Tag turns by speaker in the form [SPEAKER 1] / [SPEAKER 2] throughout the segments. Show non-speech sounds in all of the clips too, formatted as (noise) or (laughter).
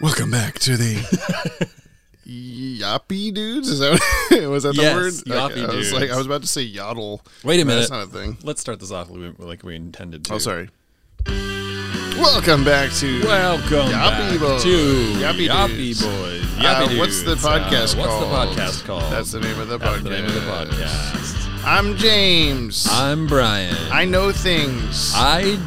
[SPEAKER 1] Welcome back to the.
[SPEAKER 2] (laughs) Yappy dudes? Is that (laughs) was that
[SPEAKER 1] Yes,
[SPEAKER 2] the word?
[SPEAKER 1] yappy
[SPEAKER 2] I was like
[SPEAKER 1] dudes.
[SPEAKER 2] I was about to say yodel.
[SPEAKER 1] Wait a
[SPEAKER 2] No,
[SPEAKER 1] minute.
[SPEAKER 2] That's not a thing.
[SPEAKER 1] Let's start this off like we- like we intended to.
[SPEAKER 2] Oh, sorry. Welcome back to
[SPEAKER 1] Welcome
[SPEAKER 2] Yappy
[SPEAKER 1] back
[SPEAKER 2] Boys.
[SPEAKER 1] to
[SPEAKER 2] Yappy
[SPEAKER 1] Yappy,
[SPEAKER 2] Dudes.
[SPEAKER 1] Boys.
[SPEAKER 2] Uh,
[SPEAKER 1] Yappy
[SPEAKER 2] what's the
[SPEAKER 1] Dudes.
[SPEAKER 2] podcast
[SPEAKER 1] Uh,
[SPEAKER 2] called?
[SPEAKER 1] What's the podcast called?
[SPEAKER 2] That's the name of the
[SPEAKER 1] That's
[SPEAKER 2] podcast.
[SPEAKER 1] the name of the podcast.
[SPEAKER 2] I'm James.
[SPEAKER 1] I'm Brian.
[SPEAKER 2] I know things.
[SPEAKER 1] I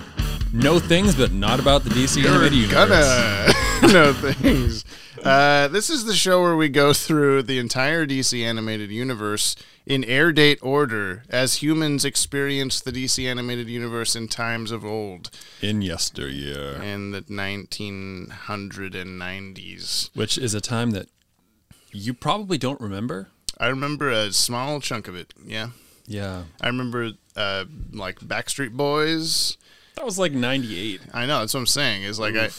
[SPEAKER 1] know things, but not about the DC
[SPEAKER 2] You're
[SPEAKER 1] animated universe.
[SPEAKER 2] gonna (laughs) know things. Uh, this is the show where we go through the entire DC animated universe in air date order as humans experienced the DC animated universe in times of old
[SPEAKER 1] In yesteryear,
[SPEAKER 2] in the 1990s.
[SPEAKER 1] which is a time that you probably don't remember.
[SPEAKER 2] I remember a small chunk of it, yeah.
[SPEAKER 1] Yeah.
[SPEAKER 2] I remember uh, like Backstreet Boys.
[SPEAKER 1] That was like 98.
[SPEAKER 2] I know that's what I'm saying. Is like I,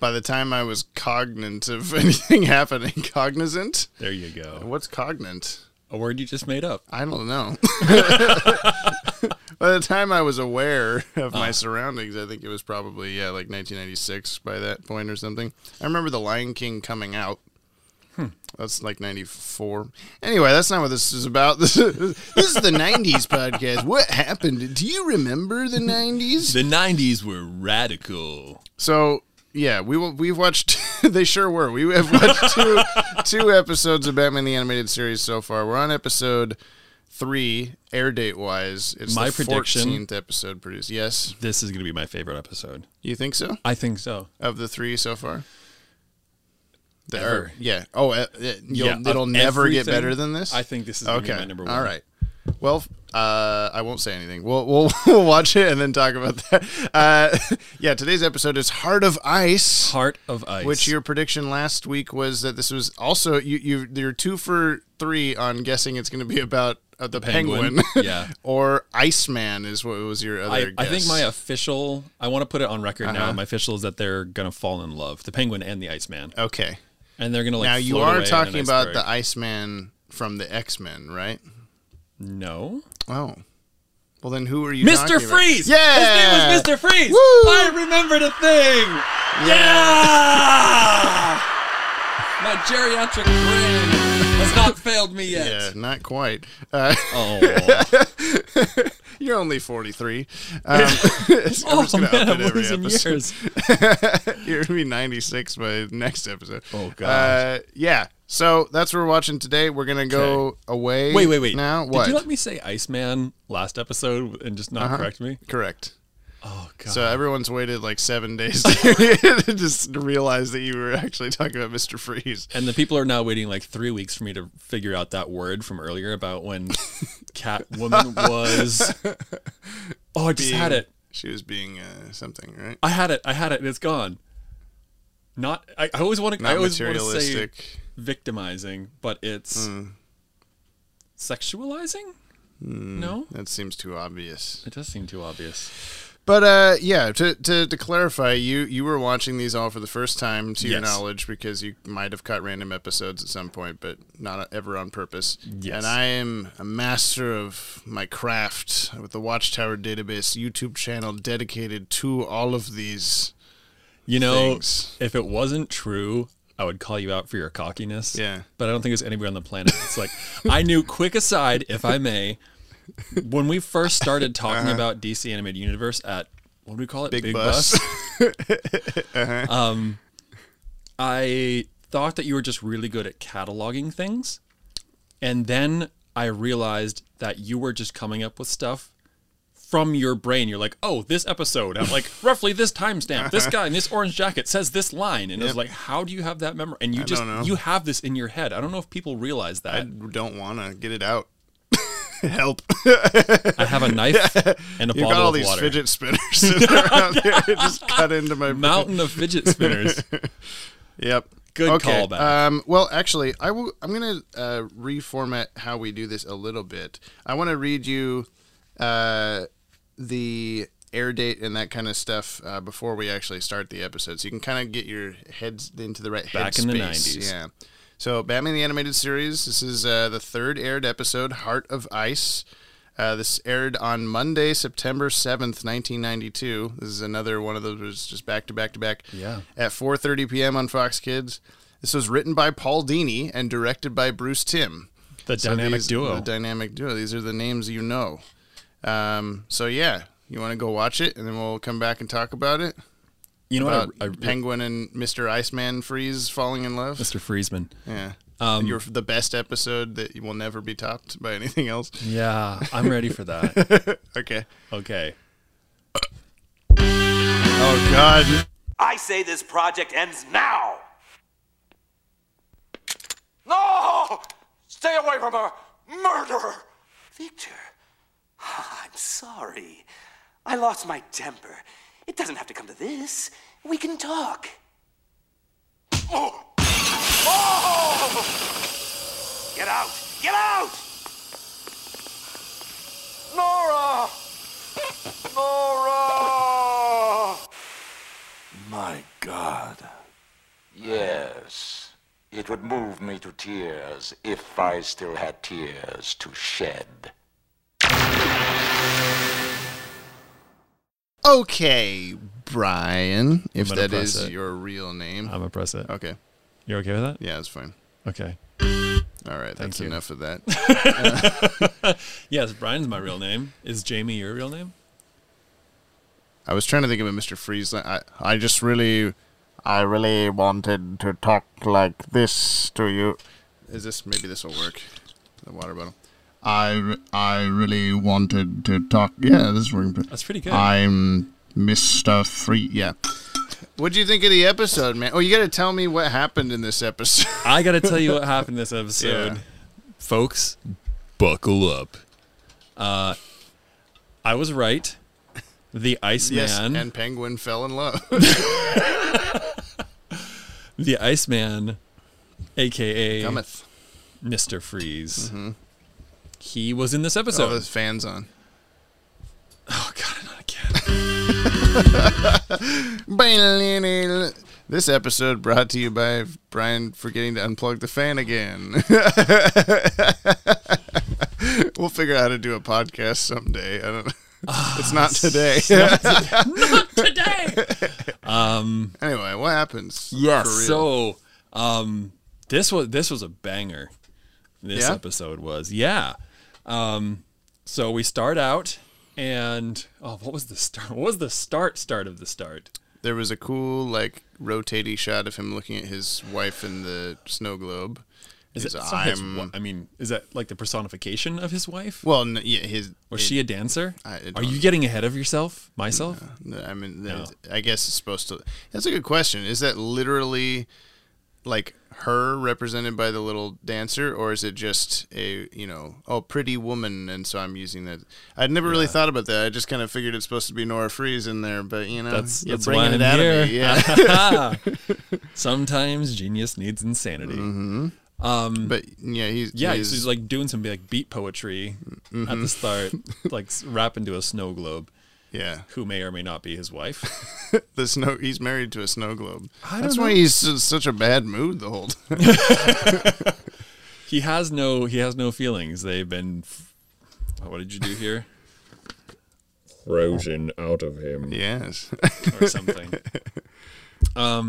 [SPEAKER 2] by the time I was cognizant of (laughs) anything happening, cognizant.
[SPEAKER 1] There you go.
[SPEAKER 2] What's cognant?
[SPEAKER 1] A word you just made up.
[SPEAKER 2] I don't know. (laughs) by the time I was aware of my surroundings, I think it was probably yeah like 1996 by that point or something. I remember The Lion King coming out. That's like 94. Anyway, that's not what this is about. (laughs) This is, this is the 90s podcast. What happened? Do you remember the 90s?
[SPEAKER 1] The 90s were radical.
[SPEAKER 2] So yeah, we will, we've watched. (laughs) they sure were. We have watched
[SPEAKER 1] (laughs)
[SPEAKER 2] two two episodes of Batman the Animated Series so far. We're on episode three, air date wise. It's
[SPEAKER 1] My
[SPEAKER 2] the
[SPEAKER 1] prediction-
[SPEAKER 2] fourteenth episode produced. Yes,
[SPEAKER 1] This is going to be my favorite episode.
[SPEAKER 2] you think so?
[SPEAKER 1] I think so.
[SPEAKER 2] Of the three so far. The,
[SPEAKER 1] Ever.
[SPEAKER 2] or- yeah. Oh, uh, uh, you'll,
[SPEAKER 1] Yeah,
[SPEAKER 2] it'll
[SPEAKER 1] of
[SPEAKER 2] never get
[SPEAKER 1] everything,
[SPEAKER 2] better than this.
[SPEAKER 1] I think this is gonna be
[SPEAKER 2] okay.
[SPEAKER 1] my number one.
[SPEAKER 2] All right. Well, uh, I won't say anything. We'll, we'll (laughs) we'll watch it and then talk about that. Uh, (laughs) yeah, today's episode is Heart of Ice.
[SPEAKER 1] Heart of Ice.
[SPEAKER 2] Which your prediction last week was that this was also you you you're two for three on guessing it's going to be about uh, the penguin,
[SPEAKER 1] penguin, (laughs) yeah.
[SPEAKER 2] (laughs) or Iceman is what was your other.
[SPEAKER 1] I,
[SPEAKER 2] guess. Uh-huh.
[SPEAKER 1] I think my uh, official, I want to put it on record now. My official is that they're going to fall in love, the penguin and the Iceman.
[SPEAKER 2] okay.
[SPEAKER 1] And they're going to like.
[SPEAKER 2] Uh, now you
[SPEAKER 1] float away
[SPEAKER 2] are
[SPEAKER 1] in an
[SPEAKER 2] talking about
[SPEAKER 1] iceberg.
[SPEAKER 2] the Iceman from the X Men, right?
[SPEAKER 1] No.
[SPEAKER 2] Oh, well then who are you, talking
[SPEAKER 1] Mr.
[SPEAKER 2] about?
[SPEAKER 1] Freeze!
[SPEAKER 2] Yeah,
[SPEAKER 1] His name was Mr. Freeze!
[SPEAKER 2] Woo!
[SPEAKER 1] I remembered a thing! Yeah! My geriatric brain has not failed me yet.
[SPEAKER 2] Yeah, not quite. Uh,
[SPEAKER 1] Oh,
[SPEAKER 2] you're only
[SPEAKER 1] (laughs)
[SPEAKER 2] 43. Um, (laughs) so I'm just
[SPEAKER 1] oh
[SPEAKER 2] gonna
[SPEAKER 1] man,
[SPEAKER 2] up
[SPEAKER 1] I'm
[SPEAKER 2] it every
[SPEAKER 1] losing
[SPEAKER 2] episode. (laughs)
[SPEAKER 1] years.
[SPEAKER 2] You're gonna be 96 by next episode.
[SPEAKER 1] Oh,
[SPEAKER 2] Uh,
[SPEAKER 1] gosh.
[SPEAKER 2] yeah. So that's what we're watching today. We're gonna go away.
[SPEAKER 1] Wait, wait, wait.
[SPEAKER 2] Now
[SPEAKER 1] Did
[SPEAKER 2] what? Uh-huh.
[SPEAKER 1] you let me say Iceman last episode and just not correct me?
[SPEAKER 2] Correct.
[SPEAKER 1] Oh god.
[SPEAKER 2] So everyone's waited like seven
[SPEAKER 1] (laughs)
[SPEAKER 2] days to (laughs) just to realize that you were actually talking about Mister Freeze.
[SPEAKER 1] and the people are now waiting like three weeks for me to figure out that word from earlier about when Catwoman was. Oh, I just had it.
[SPEAKER 2] She was being uh, something, right?
[SPEAKER 1] I had it. I had it, and it's gone. Not. I, I always want to. I
[SPEAKER 2] Not
[SPEAKER 1] always want to say
[SPEAKER 2] materialistic.
[SPEAKER 1] victimizing, but it's sexualizing. No,
[SPEAKER 2] That seems too obvious.
[SPEAKER 1] it does seem too obvious.
[SPEAKER 2] But uh, yeah, to, to to clarify, you you were watching these all for the first time, to your
[SPEAKER 1] Yes.
[SPEAKER 2] knowledge, because you might have cut random episodes at some point, but not uh, ever on purpose.
[SPEAKER 1] Yes.
[SPEAKER 2] And I am a master of my craft with the Watchtower Database YouTube channel dedicated to all of these.
[SPEAKER 1] You know,
[SPEAKER 2] Things.
[SPEAKER 1] if it wasn't true. I would call you out for your cockiness.
[SPEAKER 2] Yeah.
[SPEAKER 1] But I don't think there's anybody on the planet. It's like, (laughs) I knew, quick aside, if I may, when we first started talking about DC Animated Universe at, what do we call it?
[SPEAKER 2] Uh-huh. Big, bus.
[SPEAKER 1] I thought that you were just really good at cataloging things. And then I realized that you were just coming up with stuff from your brain. You're like, oh, this episode,
[SPEAKER 2] (laughs)
[SPEAKER 1] at like roughly this timestamp, this guy in this orange jacket says this line. And I was like, how do you have that memory? And you just,
[SPEAKER 2] don't know.
[SPEAKER 1] you have this in your head. I don't know if people realize
[SPEAKER 2] (laughs) (laughs)
[SPEAKER 1] that.
[SPEAKER 2] I don't want to get it out. (laughs) Help!
[SPEAKER 1] I have a knife and a
[SPEAKER 2] You
[SPEAKER 1] bottle
[SPEAKER 2] got all
[SPEAKER 1] of
[SPEAKER 2] these
[SPEAKER 1] water.
[SPEAKER 2] fidget spinners (laughs) sitting around here. It Just cut into my
[SPEAKER 1] (laughs) Mountain
[SPEAKER 2] (laughs)
[SPEAKER 1] of fidget spinners.
[SPEAKER 2] Yep.
[SPEAKER 1] Good callback.
[SPEAKER 2] Um, well, actually, I will. I'm going to uh, reformat how we do this a little bit. I want to read you uh, the air date and that kind of stuff uh, before we actually start the episode, so you can kind of get your heads into the right
[SPEAKER 1] Back
[SPEAKER 2] headspace.
[SPEAKER 1] in the 90s.
[SPEAKER 2] Yeah. So, Batman the Animated Series. This is uh, the third aired episode, Heart of Ice. Uh, this aired on Monday, September 7th, 1992. This is another one of those was just back to back to back.
[SPEAKER 1] Yeah.
[SPEAKER 2] At 4:30 p.m. on Fox Kids. This was written by Paul Dini and directed by Bruce Timm.
[SPEAKER 1] The
[SPEAKER 2] So
[SPEAKER 1] dynamic
[SPEAKER 2] these-
[SPEAKER 1] duo.
[SPEAKER 2] The dynamic duo. These are the names you know. Um, so yeah, you want to go watch it, and then we'll come back and talk about it.
[SPEAKER 1] you know
[SPEAKER 2] About
[SPEAKER 1] what? I, I,
[SPEAKER 2] Penguin and Mr. Iceman Freeze falling in love.
[SPEAKER 1] Mr. Friesman.
[SPEAKER 2] Yeah.
[SPEAKER 1] Um,
[SPEAKER 2] Your the best episode that will never be topped by anything else.
[SPEAKER 1] (laughs) Yeah, I'm ready for that.
[SPEAKER 2] (laughs) Okay.
[SPEAKER 1] okay.
[SPEAKER 2] Oh God.
[SPEAKER 3] I say this project ends now. No! Stay away from her! Murderer! Victor, (sighs) I'm sorry. I lost my temper. It doesn't have to come to this. We can talk. Oh! Oh! Get out! Get out! Nora! Nora!
[SPEAKER 4] My God. Yes, it would move me to tears if I still had tears to shed.
[SPEAKER 2] Okay, Brian. If
[SPEAKER 1] gonna
[SPEAKER 2] that
[SPEAKER 1] press
[SPEAKER 2] is
[SPEAKER 1] it.
[SPEAKER 2] your real name.
[SPEAKER 1] I'm going to press it.
[SPEAKER 2] okay.
[SPEAKER 1] You're okay with that?
[SPEAKER 2] Yeah, it's fine.
[SPEAKER 1] Okay.
[SPEAKER 2] All right. that's
[SPEAKER 1] you.
[SPEAKER 2] enough of
[SPEAKER 1] (laughs)
[SPEAKER 2] that.
[SPEAKER 1] Yes, Brian's my real name. Is Jamie your real name?
[SPEAKER 2] I was trying to think of a Mr. Freeze. line. I I just really.
[SPEAKER 5] I really wanted to talk like this to you.
[SPEAKER 2] Is this maybe this will work? The water bottle.
[SPEAKER 5] I, re- I really wanted to talk. Yeah, this is working. pre-
[SPEAKER 1] That's pretty good.
[SPEAKER 5] I'm Mr. Free.
[SPEAKER 2] Yeah. What do you think of the episode, man? Oh, you got to tell me what happened in this episode.
[SPEAKER 1] I got to tell you what happened this episode,
[SPEAKER 2] Yeah.
[SPEAKER 1] folks. Buckle up. Uh, I was right. The
[SPEAKER 2] (laughs) yes,
[SPEAKER 1] Iceman,
[SPEAKER 2] and Penguin fell in love.
[SPEAKER 1] the Iceman, aka
[SPEAKER 2] Cometh.
[SPEAKER 1] Mister Freeze. He was in this episode.
[SPEAKER 2] All those fans on.
[SPEAKER 1] (laughs) oh God, not again. (laughs)
[SPEAKER 2] This episode brought to you by Brian forgetting to unplug the fan again. (laughs) we'll figure out how to do a podcast someday. I don't know. Ah, It's not today.
[SPEAKER 1] Today.
[SPEAKER 2] (laughs) anyway, what happens? for real?
[SPEAKER 1] So, um, this was this was a banger. This
[SPEAKER 2] Yeah?
[SPEAKER 1] episode was, yeah. Um, so we start out, and oh, what was the start? What was the start? Start of the start.
[SPEAKER 2] there was a cool like rotating shot of him looking at his wife in the snow globe.
[SPEAKER 1] Is
[SPEAKER 2] His
[SPEAKER 1] it so his
[SPEAKER 2] I'm
[SPEAKER 1] wi- I mean, is that like the personification of his wife?
[SPEAKER 2] well, n- yeah, his.
[SPEAKER 1] Was she a dancer?
[SPEAKER 2] I- I
[SPEAKER 1] Are
[SPEAKER 2] don't-
[SPEAKER 1] you getting ahead of yourself? Myself? (laughs)
[SPEAKER 2] I mean, that- I guess it's supposed to. That's a good question. Is that literally like her represented by the little dancer, or is it just a you know, oh, pretty woman? And so I'm using that. I'd never really thought about that. I just kind of figured it's supposed to be Nora Freeze in there, but you know,
[SPEAKER 1] That's-
[SPEAKER 2] you're
[SPEAKER 1] that's why
[SPEAKER 2] bringing it out
[SPEAKER 1] I'm
[SPEAKER 2] of me.
[SPEAKER 1] here. (laughs)
[SPEAKER 2] Yeah, (laughs)
[SPEAKER 1] Sometimes genius needs insanity.
[SPEAKER 2] Mm-hmm. (laughs) but yeah, he's
[SPEAKER 1] Um, Yeah, he's, he's, like doing some like beat poetry at
[SPEAKER 2] Mm-hmm.
[SPEAKER 1] the start, like s- rap into a snow globe.
[SPEAKER 2] yeah.
[SPEAKER 1] Who may or may not be his wife. (laughs)
[SPEAKER 2] (laughs) the snow. He's married to a snow globe.
[SPEAKER 1] don't
[SPEAKER 2] That's why
[SPEAKER 1] know.
[SPEAKER 2] he's in such a bad mood the whole time. (laughs)
[SPEAKER 1] he has no he has no feelings they've been f- oh, what did you do here frozen out of him
[SPEAKER 2] yes. (laughs)
[SPEAKER 1] or (laughs) something um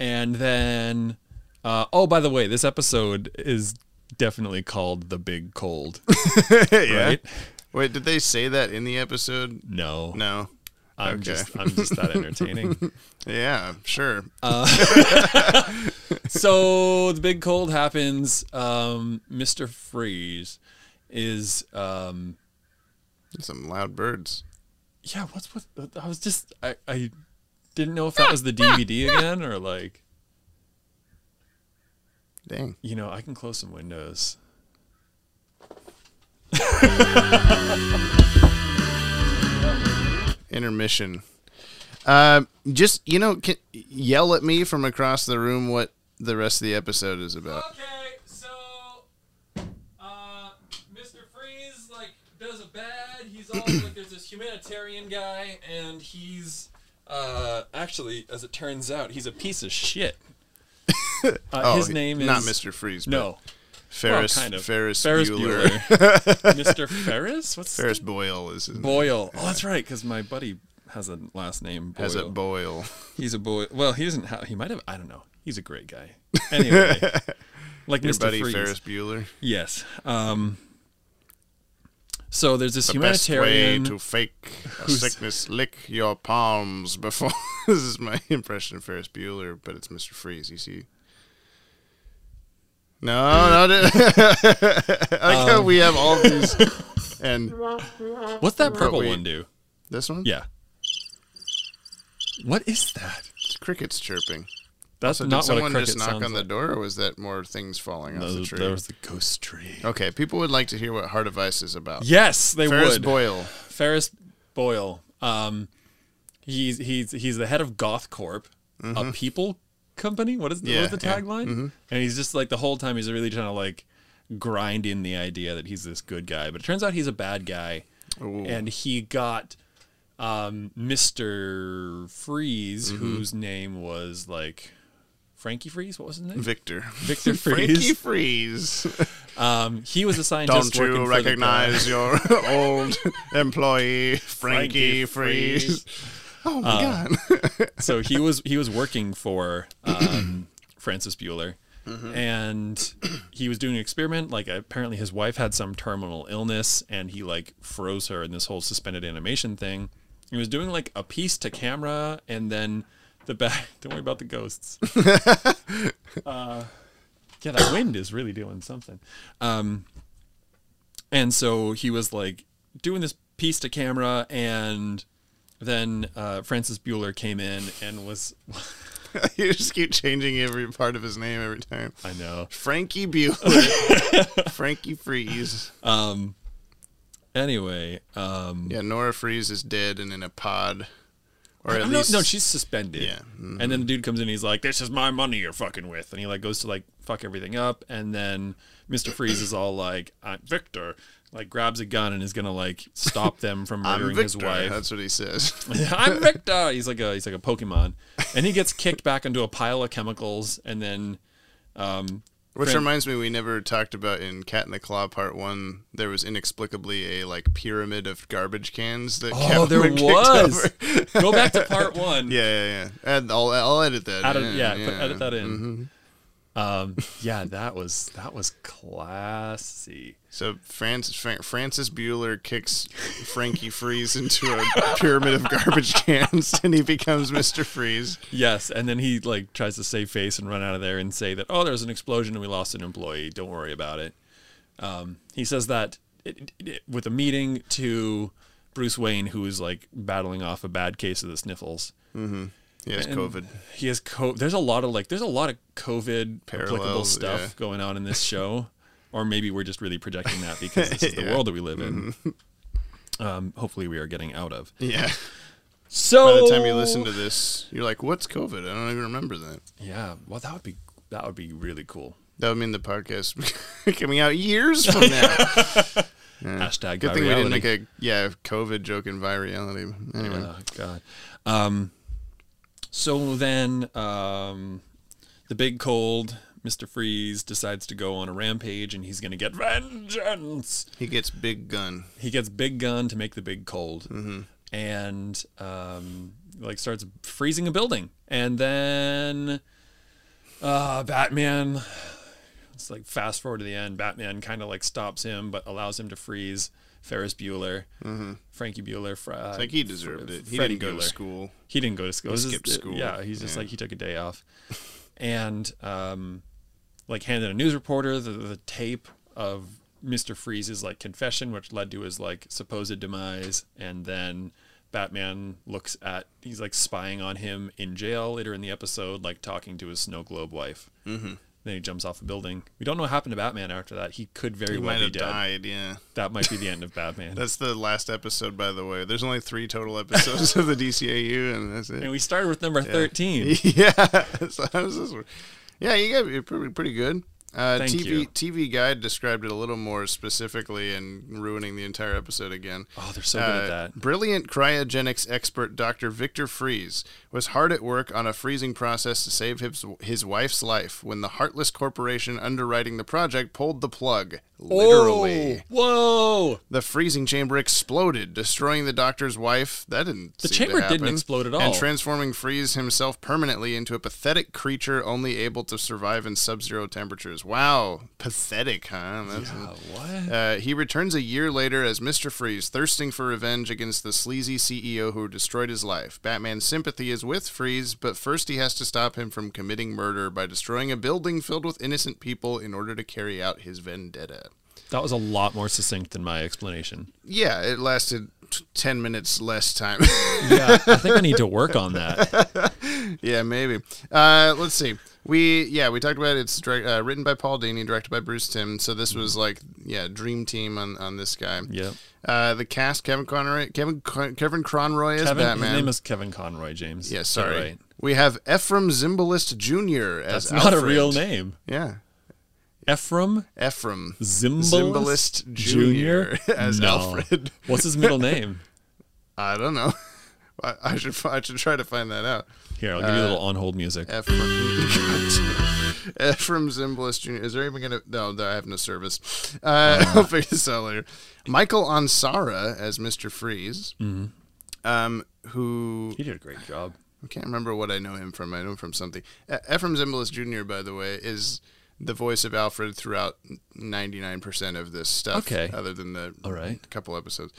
[SPEAKER 1] and then uh oh by the way this episode is definitely called the big (laughs) cold
[SPEAKER 2] yeah.
[SPEAKER 1] right
[SPEAKER 2] Wait, did they say that in the episode?
[SPEAKER 1] no
[SPEAKER 2] No.
[SPEAKER 1] i'm
[SPEAKER 2] okay.
[SPEAKER 1] just i'm just that (laughs) entertaining
[SPEAKER 2] Yeah, sure. Uh,
[SPEAKER 1] so the big cold happens um mr freeze is um
[SPEAKER 2] Some loud birds.
[SPEAKER 1] yeah, what's with I was just I, I didn't know if that was the DVD again or like
[SPEAKER 2] Dang.
[SPEAKER 1] you know I can close some windows.
[SPEAKER 2] Intermission. Um, just you know, can, yell at me from across the room what the rest of the episode is about.
[SPEAKER 1] Okay, so uh, Mr. Freeze like does a bad. He's all like there's this humanitarian guy and he's uh actually as it turns out he's a piece of shit. (laughs) Uh, his name is
[SPEAKER 2] not Mr. Freeze. but
[SPEAKER 1] No,
[SPEAKER 2] Oh,
[SPEAKER 1] Oh,
[SPEAKER 2] Ferris,
[SPEAKER 1] kind of.
[SPEAKER 2] Ferris,
[SPEAKER 1] Ferris
[SPEAKER 2] Bueller. (laughs)
[SPEAKER 1] Bueller. Mr. Ferris? What's
[SPEAKER 2] Ferris Boyle is his
[SPEAKER 1] Boyle? Oh, that's right, because my buddy has a last name. Boyle.
[SPEAKER 2] Has a Boyle.
[SPEAKER 1] He's a boy. Well, he doesn't have. He might have. I don't know. He's a great guy.
[SPEAKER 2] (laughs)
[SPEAKER 1] Anyway, like
[SPEAKER 2] Your
[SPEAKER 1] Mr.
[SPEAKER 2] buddy
[SPEAKER 1] Freeze.
[SPEAKER 2] Ferris Bueller.
[SPEAKER 1] Yes. Um. So there's this
[SPEAKER 2] Best way
[SPEAKER 1] humanitarian.
[SPEAKER 2] to fake a sickness: lick your palms before. (laughs) this is my impression of Ferris Bueller, but it's Mr. Freeze. You see. No, (laughs) no. I like how
[SPEAKER 1] Um.
[SPEAKER 2] we have all
[SPEAKER 1] (laughs)
[SPEAKER 2] these, and
[SPEAKER 1] What's that purple
[SPEAKER 2] wait.
[SPEAKER 1] one do?
[SPEAKER 2] this one.
[SPEAKER 1] Yeah. What is that?
[SPEAKER 2] it's crickets chirping.
[SPEAKER 1] That's
[SPEAKER 2] So
[SPEAKER 1] not
[SPEAKER 2] did
[SPEAKER 1] what a
[SPEAKER 2] someone
[SPEAKER 1] cricket
[SPEAKER 2] just knock
[SPEAKER 1] sounds
[SPEAKER 2] on the
[SPEAKER 1] like.
[SPEAKER 2] door, or was that more things falling off the
[SPEAKER 1] Those-
[SPEAKER 2] tree?
[SPEAKER 1] There was the ghost tree.
[SPEAKER 2] Okay, people would like to hear what Heart of Ice is about.
[SPEAKER 1] Yes, they
[SPEAKER 2] Ferris
[SPEAKER 1] would.
[SPEAKER 2] Boyle.
[SPEAKER 1] Ferris Boyle. Um, he's he's he's the head of Goth Corp, a people company. What is the,
[SPEAKER 2] Mm-hmm. Yeah,
[SPEAKER 1] what is the
[SPEAKER 2] yeah. Mm-hmm.
[SPEAKER 1] tagline? And he's just like the whole time he's really trying to like grind in the idea that he's this good guy, but it turns out he's a bad guy, and he got um, Mister Freeze,
[SPEAKER 2] Mm-hmm.
[SPEAKER 1] whose name was like Frankie Freeze. What was his name?
[SPEAKER 2] (laughs) Victor.
[SPEAKER 1] Victor
[SPEAKER 2] Frankie
[SPEAKER 1] Freeze.
[SPEAKER 2] Freeze.
[SPEAKER 1] Um, he was a scientist.
[SPEAKER 2] Don't you
[SPEAKER 1] working for the guy-
[SPEAKER 2] recognize
[SPEAKER 1] (laughs)
[SPEAKER 2] your old employee, Frankie, Freeze? Oh my
[SPEAKER 1] Uh.
[SPEAKER 2] god.
[SPEAKER 1] so he was he was working for um, Francis Bueller, and he was doing an experiment. Like apparently his wife had some terminal illness, and he like froze her in this whole suspended animation thing. He was doing like a piece to camera, and then the back. (laughs) Don't worry about the ghosts. uh, yeah, that wind is really doing something. Um, and so he was like doing this piece to camera and then uh, Francis Bueller came in and was
[SPEAKER 2] (laughs) you just keep changing every part of his name every time.
[SPEAKER 1] I know
[SPEAKER 2] Frankie
[SPEAKER 1] (laughs)
[SPEAKER 2] Bueller. (laughs) Frankie Freeze.
[SPEAKER 1] anyway um
[SPEAKER 2] Yeah, Nora Freeze is dead and in a pod. Or at
[SPEAKER 1] no,
[SPEAKER 2] least
[SPEAKER 1] no she's suspended
[SPEAKER 2] Yeah. mm-hmm.
[SPEAKER 1] and then the dude comes in and he's like this is my money you're fucking with and he like goes to like fuck everything up and then Mr. Freeze is all like I'm Victor like grabs a gun and is gonna like
[SPEAKER 2] (laughs)
[SPEAKER 1] stop them from
[SPEAKER 2] I'm
[SPEAKER 1] murdering
[SPEAKER 2] Victor.
[SPEAKER 1] his wife
[SPEAKER 2] That's what he says.
[SPEAKER 1] (laughs) I'm Victor. He's like a he's like a Pokemon, and he gets kicked back into a pile of chemicals, and then um,
[SPEAKER 2] Which
[SPEAKER 1] Friend-
[SPEAKER 2] reminds me, we never talked about in Cat in the Claw Part One. There was inexplicably a like pyramid of garbage cans that.
[SPEAKER 1] oh,
[SPEAKER 2] Catwoman (laughs)
[SPEAKER 1] there
[SPEAKER 2] kicked
[SPEAKER 1] was.
[SPEAKER 2] over.
[SPEAKER 1] Go back
[SPEAKER 2] (laughs)
[SPEAKER 1] to part one.
[SPEAKER 2] yeah, yeah, yeah. And I'll, I'll edit that.
[SPEAKER 1] Add it-
[SPEAKER 2] in,
[SPEAKER 1] yeah, Mm-hmm. Put, edit that in. Um, yeah, that was that was classy.
[SPEAKER 2] So Francis Fran- Francis Bueller kicks Frankie Freeze into a pyramid of
[SPEAKER 1] (laughs)
[SPEAKER 2] garbage cans, and he becomes Mister Freeze.
[SPEAKER 1] Yes, and then he like tries to save face and run out of there and say that oh, there was an explosion and we lost an employee. Don't worry about it. Um, he says that it, it- it- with a meeting to Bruce Wayne, who is like battling off a bad case of the sniffles.
[SPEAKER 2] He has
[SPEAKER 1] And
[SPEAKER 2] COVID.
[SPEAKER 1] He has co. There's a lot of like there's a lot of COVID applicable
[SPEAKER 2] Parallels,
[SPEAKER 1] stuff
[SPEAKER 2] yeah.
[SPEAKER 1] going on
[SPEAKER 2] (laughs)
[SPEAKER 1] in this show, or maybe we're just really projecting that because
[SPEAKER 2] (laughs)
[SPEAKER 1] this is the world that we live in. Um, hopefully, we are getting out of.
[SPEAKER 2] Yeah. Mm-hmm. By
[SPEAKER 1] So
[SPEAKER 2] the time you listen to this, you're like, "What's COVID?" I don't even remember that.
[SPEAKER 1] yeah, well, that would be that would be really cool.
[SPEAKER 2] That would mean the podcast (laughs) coming out years from
[SPEAKER 1] (laughs)
[SPEAKER 2] now.
[SPEAKER 1] Hashtag
[SPEAKER 2] Good
[SPEAKER 1] by
[SPEAKER 2] thing
[SPEAKER 1] reality.
[SPEAKER 2] we didn't make a yeah COVID joke in virality. Anyway,
[SPEAKER 1] Oh God. Um, so then, um, the big cold, Mister Freeze decides to go on a rampage, and he's going to get vengeance.
[SPEAKER 2] he gets big gun.
[SPEAKER 1] He gets Big Gun to make the big cold, and um, like starts freezing a building, and then, uh, Batman. It's like fast forward to the end. Batman kind of like stops him, but allows him to freeze. Ferris Bueller, Frankie Bueller, Fr- uh,
[SPEAKER 2] Like he deserved it. He
[SPEAKER 1] Freddy
[SPEAKER 2] didn't go
[SPEAKER 1] Bueller.
[SPEAKER 2] to school.
[SPEAKER 1] he didn't go to school. He
[SPEAKER 2] skipped school.
[SPEAKER 1] Yeah, he's just like he took a day off, and um, like handed a news reporter the, the tape of Mister Freeze's like confession, which led to his like supposed demise, and then Batman looks at he's like spying on him in jail later in the episode, like talking to his snow globe wife. Mm-hmm. Then he jumps off a building. We don't know what happened to Batman after that. He could very
[SPEAKER 2] He
[SPEAKER 1] well
[SPEAKER 2] might
[SPEAKER 1] be
[SPEAKER 2] have
[SPEAKER 1] dead.
[SPEAKER 2] died. Yeah,
[SPEAKER 1] That might be the end of Batman.
[SPEAKER 2] that's the last episode. By the way, there's only three total episodes
[SPEAKER 1] (laughs)
[SPEAKER 2] of the DCAU, and that's (laughs)
[SPEAKER 1] and
[SPEAKER 2] it.
[SPEAKER 1] we started with number thirteen.
[SPEAKER 2] yeah, so how does this work? Yeah, you got you're pretty pretty good. Uh,
[SPEAKER 1] Thank
[SPEAKER 2] TV
[SPEAKER 1] you.
[SPEAKER 2] TV Guide described it a little more specifically and ruining the entire episode again. Uh,
[SPEAKER 1] Oh, they're so good at that.
[SPEAKER 2] Brilliant cryogenics expert Dr. Victor Freeze was hard at work on a freezing process to save his, his wife's life when the heartless corporation underwriting the project pulled the plug. (laughs)
[SPEAKER 1] Oh.
[SPEAKER 2] Literally.
[SPEAKER 1] Whoa!
[SPEAKER 2] The freezing chamber exploded, destroying the doctor's wife. That didn't.
[SPEAKER 1] The
[SPEAKER 2] seem
[SPEAKER 1] chamber
[SPEAKER 2] to happen,
[SPEAKER 1] didn't explode at all.
[SPEAKER 2] And transforming Freeze himself permanently into a pathetic creature, only able to survive in sub-zero temperatures. Wow, pathetic, huh? That's,
[SPEAKER 1] What?
[SPEAKER 2] uh, he returns a year later as Mr. Freeze, thirsting for revenge against the sleazy CEO who destroyed his life. Batman's sympathy is with Freeze, but first he has to stop him from committing murder by destroying a building filled with innocent people in order to carry out his vendetta.
[SPEAKER 1] That was a lot more succinct than my explanation.
[SPEAKER 2] Yeah, it lasted t- 10 minutes less time. (laughs)
[SPEAKER 1] Yeah, (laughs) I think I need to work on that.
[SPEAKER 2] yeah, maybe. Uh, let's see. We yeah we talked about it. it's direct, uh, written by Paul Dini, directed by Bruce Timm. So this was like yeah dream team on, on this guy.
[SPEAKER 1] Yep.
[SPEAKER 2] Uh, the cast Kevin Conroy Kevin Con- Kevin Conroy as
[SPEAKER 1] Kevin,
[SPEAKER 2] Batman.
[SPEAKER 1] his name is Kevin Conroy James.
[SPEAKER 2] yeah,
[SPEAKER 1] Is that
[SPEAKER 2] sorry.
[SPEAKER 1] right?
[SPEAKER 2] We have Ephraim Zimbalist Jr. as
[SPEAKER 1] That's not a
[SPEAKER 2] Alfred.
[SPEAKER 1] real name.
[SPEAKER 2] Yeah,
[SPEAKER 1] Ephraim
[SPEAKER 2] Ephraim
[SPEAKER 1] Zimbalist,
[SPEAKER 2] Zimbalist
[SPEAKER 1] Jr.
[SPEAKER 2] Jr. (laughs) as
[SPEAKER 1] No.
[SPEAKER 2] Alfred.
[SPEAKER 1] What's
[SPEAKER 2] (laughs)
[SPEAKER 1] his middle name?
[SPEAKER 2] I don't know. (laughs) I, I should fi- I should try to find that out.
[SPEAKER 1] Here, I'll give you a little
[SPEAKER 2] Uh,
[SPEAKER 1] on hold music.
[SPEAKER 2] Ephraim, (laughs) Ephraim Zimbalist Jr. Is there even gonna? No, no, I have no service. Uh, (laughs) I'll figure this out later. Michael Ansara as Mr. Freeze, um, who
[SPEAKER 1] he did a great job.
[SPEAKER 2] I can't remember what I know him from. I know him from something. E- Ephraim Zimbalist Jr. By the way, is the voice of Alfred throughout ninety nine percent of this stuff.
[SPEAKER 1] Okay.
[SPEAKER 2] other than the
[SPEAKER 1] All right.
[SPEAKER 2] couple episodes.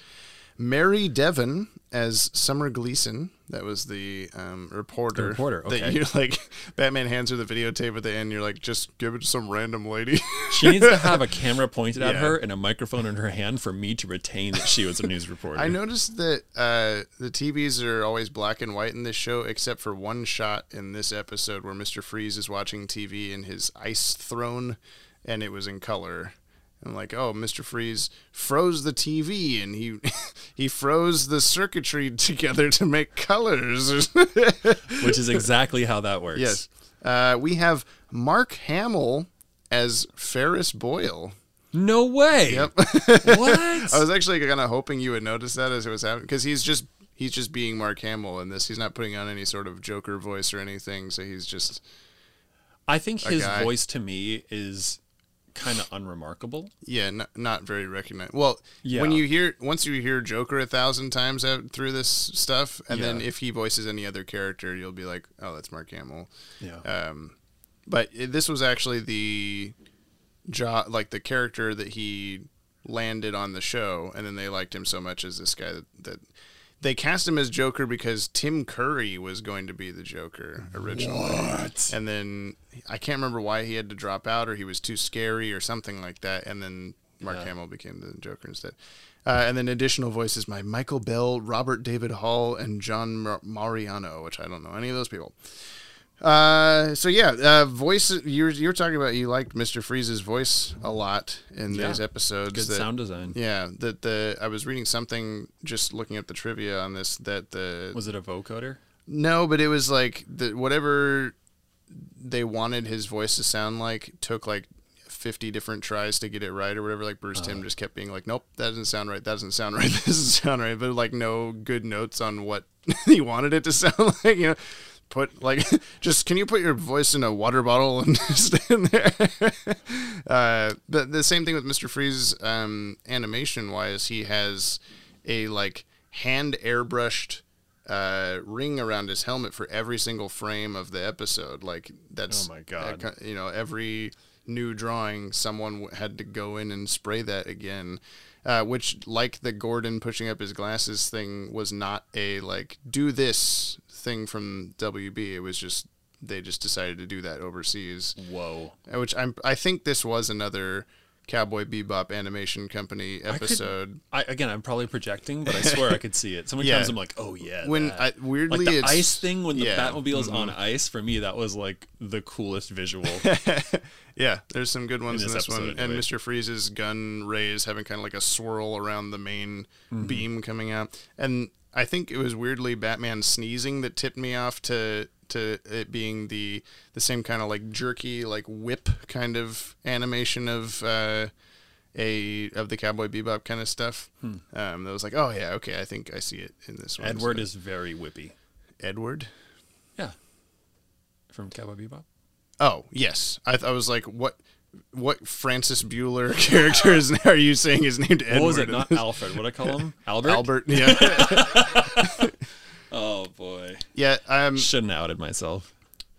[SPEAKER 2] Mary Devon as Summer Gleason. That was the um, reporter.
[SPEAKER 1] The reporter,
[SPEAKER 2] That
[SPEAKER 1] okay.
[SPEAKER 2] you're (laughs) like, Batman hands her the videotape at the end. You're like, just give it to some random
[SPEAKER 1] (laughs)
[SPEAKER 2] lady.
[SPEAKER 1] She needs
[SPEAKER 2] (laughs)
[SPEAKER 1] to have a camera pointed at
[SPEAKER 2] Yeah.
[SPEAKER 1] her and a microphone in her hand for me to retain that she was a news
[SPEAKER 2] (laughs)
[SPEAKER 1] reporter.
[SPEAKER 2] I noticed that uh, the TVs are always black and white in this show, except for one shot in this episode where Mister Freeze is watching TV in his ice throne, and it was in color. And like, oh, Mister Freeze froze the TV, and he (laughs) he froze the circuitry (laughs) together to make colors. (laughs)
[SPEAKER 1] which is exactly how that works.
[SPEAKER 2] yes, uh, we have Mark Hamill as Ferris Boyle.
[SPEAKER 1] No way. Yep. what?
[SPEAKER 2] (laughs) I was actually kind of hoping you would notice that as it was happening because he's just he's just being Mark Hamill in this. He's not putting on any sort of Joker voice or anything. So he's just
[SPEAKER 1] I think his
[SPEAKER 2] guy.
[SPEAKER 1] voice to me is kind of unremarkable.
[SPEAKER 2] yeah, not, not very recognized. Well,
[SPEAKER 1] Yeah.
[SPEAKER 2] when you hear once you hear Joker a thousand times out through this stuff, and then
[SPEAKER 1] Yeah.
[SPEAKER 2] if he voices any other character, you'll be like, oh, that's Mark Hamill.
[SPEAKER 1] Yeah.
[SPEAKER 2] Uh, But it, this was actually the job, like the character that he landed on the show, and then they liked him so much as this guy that, that they cast him as Joker because Tim Curry was going to be the Joker originally. And then I can't remember why he had to drop out, or he was too scary, or something like that. And then Mark Hamill became the Joker instead. Uh, and then additional voices by Michael Bell, Robert David Hall, and John Mar- Mariano, which I don't know any of those people. Uh, so yeah, uh, voice. You were, you were talking about you liked Mister Freeze's voice a lot in
[SPEAKER 1] Yeah.
[SPEAKER 2] these episodes.
[SPEAKER 1] Good
[SPEAKER 2] that-
[SPEAKER 1] sound design.
[SPEAKER 2] Yeah, that the I was reading something just looking up the trivia on this that the
[SPEAKER 1] Was it a vocoder?
[SPEAKER 2] no, but it was like the whatever they wanted his voice to sound like took like. 50 different tries to get it right or whatever like bruce tim just kept being like nope that doesn't sound right that doesn't sound (laughs) right that doesn't sound right but like no good notes on what (laughs) he wanted it to sound (laughs) like you know put like (laughs) just can you put your voice in a water bottle and (laughs) stand there uh the, the same thing with mr freeze um animation wise he has a like hand airbrushed uh, ring around his helmet for every single frame of the episode. Like that's
[SPEAKER 1] Oh my God.
[SPEAKER 2] that ki- you know, every new drawing, someone w- had to go in and spray that again. Uh, which, like the Gordon pushing up his glasses thing, was not a like do this thing from WB. It was just they just decided to do that overseas
[SPEAKER 1] Whoa.
[SPEAKER 2] uh, which I'm I think this was another Cowboy Bebop animation company episode.
[SPEAKER 1] I, again, I'm probably projecting, but I swear I could see it. So many
[SPEAKER 2] Yeah.
[SPEAKER 1] times I'm like, oh yeah.
[SPEAKER 2] When
[SPEAKER 1] that.
[SPEAKER 2] I- weirdly,
[SPEAKER 1] like the
[SPEAKER 2] it's-
[SPEAKER 1] ice thing when the
[SPEAKER 2] yeah.
[SPEAKER 1] Batmobile is
[SPEAKER 2] Mm-hmm.
[SPEAKER 1] on ice for me, that was like the
[SPEAKER 2] (laughs)
[SPEAKER 1] coolest visual.
[SPEAKER 2] yeah, there's some good ones in
[SPEAKER 1] this
[SPEAKER 2] this, one,
[SPEAKER 1] episode,
[SPEAKER 2] and
[SPEAKER 1] anyway.
[SPEAKER 2] Mr.
[SPEAKER 1] Mm-hmm.
[SPEAKER 2] Freeze's gun rays having kind of like a swirl around the main beam coming out, and I think it was weirdly Batman sneezing that tipped me off to to it being the the same kind of like jerky like whip kind of animation of uh, a of the Cowboy Bebop kind of stuff. Um, that was like, oh yeah, okay, I think I see it in this one.
[SPEAKER 1] Hmm. Edward
[SPEAKER 2] So-
[SPEAKER 1] is very whippy.
[SPEAKER 2] Edward.
[SPEAKER 1] Yeah. From Cowboy Bebop.
[SPEAKER 2] Oh yes, I, th- I was like, what? What Francis Bueller (laughs) character is are you saying is named Edward?
[SPEAKER 1] What was it?
[SPEAKER 2] in
[SPEAKER 1] Not
[SPEAKER 2] this?
[SPEAKER 1] Alfred. What do I call him?
[SPEAKER 2] (laughs)
[SPEAKER 1] Albert?
[SPEAKER 2] Albert?
[SPEAKER 1] (laughs)
[SPEAKER 2] Yeah,
[SPEAKER 1] Oh, boy.
[SPEAKER 2] yeah. Um,
[SPEAKER 1] Shouldn't have outed myself.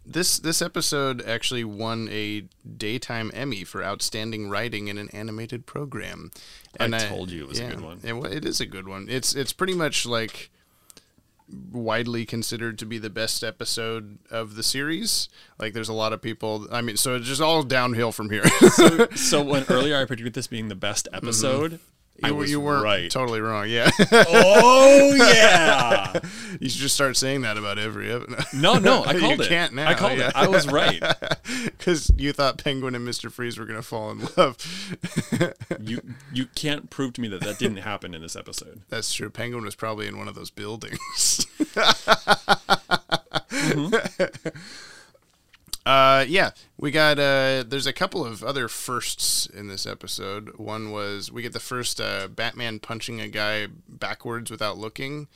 [SPEAKER 2] this this episode actually won a daytime Emmy for outstanding writing in an animated program.
[SPEAKER 1] I told you it was a good one.
[SPEAKER 2] It, wa- it is a good one. It's it's pretty much like widely considered to be the best episode of the series. Like there's a lot of people. I mean, so it's just all downhill from here. (laughs)
[SPEAKER 1] So when earlier I predicted this being the best episode,
[SPEAKER 2] Oh,
[SPEAKER 1] I
[SPEAKER 2] you,
[SPEAKER 1] was
[SPEAKER 2] you weren't
[SPEAKER 1] right.
[SPEAKER 2] totally wrong. Yeah, (laughs)
[SPEAKER 1] oh yeah.
[SPEAKER 2] you should just start saying that about every (laughs) episode.
[SPEAKER 1] No, no, I called
[SPEAKER 2] you
[SPEAKER 1] it.
[SPEAKER 2] Can't now.
[SPEAKER 1] I called it. I was
[SPEAKER 2] (laughs)
[SPEAKER 1] right.
[SPEAKER 2] because you thought Penguin and Mister Freeze were gonna fall in love.
[SPEAKER 1] You you can't prove to me that that didn't happen in this episode.
[SPEAKER 2] That's true. Penguin was probably in one of those buildings. (laughs) uh, yeah, we got. Uh, there's a couple of other firsts in this episode. One was we get the first uh, Batman punching a guy backwards without looking.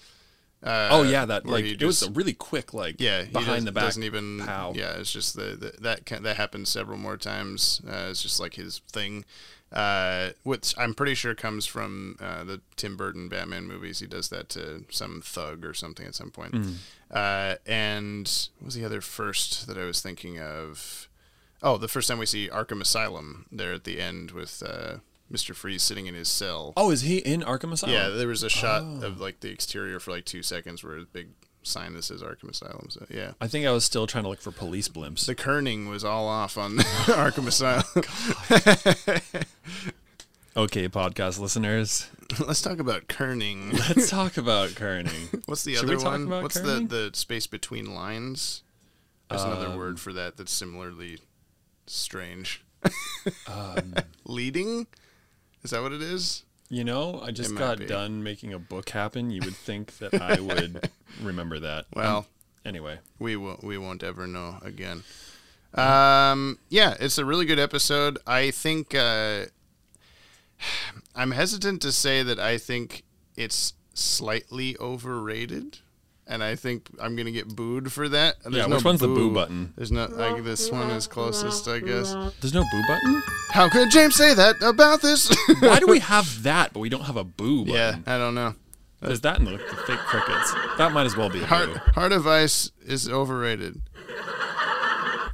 [SPEAKER 1] oh yeah, that
[SPEAKER 2] Uh, where
[SPEAKER 1] like
[SPEAKER 2] he
[SPEAKER 1] it was
[SPEAKER 2] just-
[SPEAKER 1] a really quick like
[SPEAKER 2] Yeah, he does-
[SPEAKER 1] behind the back.
[SPEAKER 2] doesn't even.
[SPEAKER 1] pow.
[SPEAKER 2] Yeah, it's just the, the that ca- that happens several more times. Uh, it's just like his thing, uh, which I'm pretty sure comes from uh, the Tim Burton Batman movies. He does that to some thug or something at some point.
[SPEAKER 1] Hmm.
[SPEAKER 2] Uh, and what was the other first that I was thinking of? Oh, the first time we see Arkham Asylum there at the end with uh, Mister Freeze sitting in his cell.
[SPEAKER 1] Oh, is he in Arkham Asylum?
[SPEAKER 2] Yeah, there was a shot of like the exterior for like two seconds where a big sign that says Arkham Asylum. So yeah.
[SPEAKER 1] I think I was still trying to look for police blimps.
[SPEAKER 2] The kerning was all off on (laughs) Arkham
[SPEAKER 1] (laughs)
[SPEAKER 2] Asylum.
[SPEAKER 1] okay, podcast listeners,
[SPEAKER 2] (laughs) Let's talk about kerning.
[SPEAKER 1] let's talk about kerning.
[SPEAKER 2] What's the
[SPEAKER 1] Should we
[SPEAKER 2] other
[SPEAKER 1] talk
[SPEAKER 2] one?
[SPEAKER 1] about
[SPEAKER 2] What's
[SPEAKER 1] kerning? Um,
[SPEAKER 2] the the space between lines? There's another word for that that's similarly
[SPEAKER 1] (laughs)
[SPEAKER 2] strange.
[SPEAKER 1] Um,
[SPEAKER 2] (laughs) Leading? Is that what it is?
[SPEAKER 1] You know, I just
[SPEAKER 2] might
[SPEAKER 1] got
[SPEAKER 2] be.
[SPEAKER 1] done making a book happen. You would think that I would
[SPEAKER 2] (laughs)
[SPEAKER 1] remember that.
[SPEAKER 2] Well,
[SPEAKER 1] Anyway,
[SPEAKER 2] we won't we won't ever know again. Um, yeah, it's a really good episode. I think uh, (sighs) I'm hesitant to say that I think it's slightly overrated, and I think I'm gonna get booed for that. There's
[SPEAKER 1] Yeah,
[SPEAKER 2] no
[SPEAKER 1] which one's the boo button?
[SPEAKER 2] There's not like this one is closest, I guess.
[SPEAKER 1] there's no boo
[SPEAKER 2] (laughs)
[SPEAKER 1] button.
[SPEAKER 2] How could James say that about this?
[SPEAKER 1] Why do we have that, but we don't have a boo button?
[SPEAKER 2] yeah, (laughs) I don't know.
[SPEAKER 1] There's that and the, the fake crickets. That might as well be a
[SPEAKER 2] Heart,
[SPEAKER 1] boo.
[SPEAKER 2] Heart of Ice is overrated.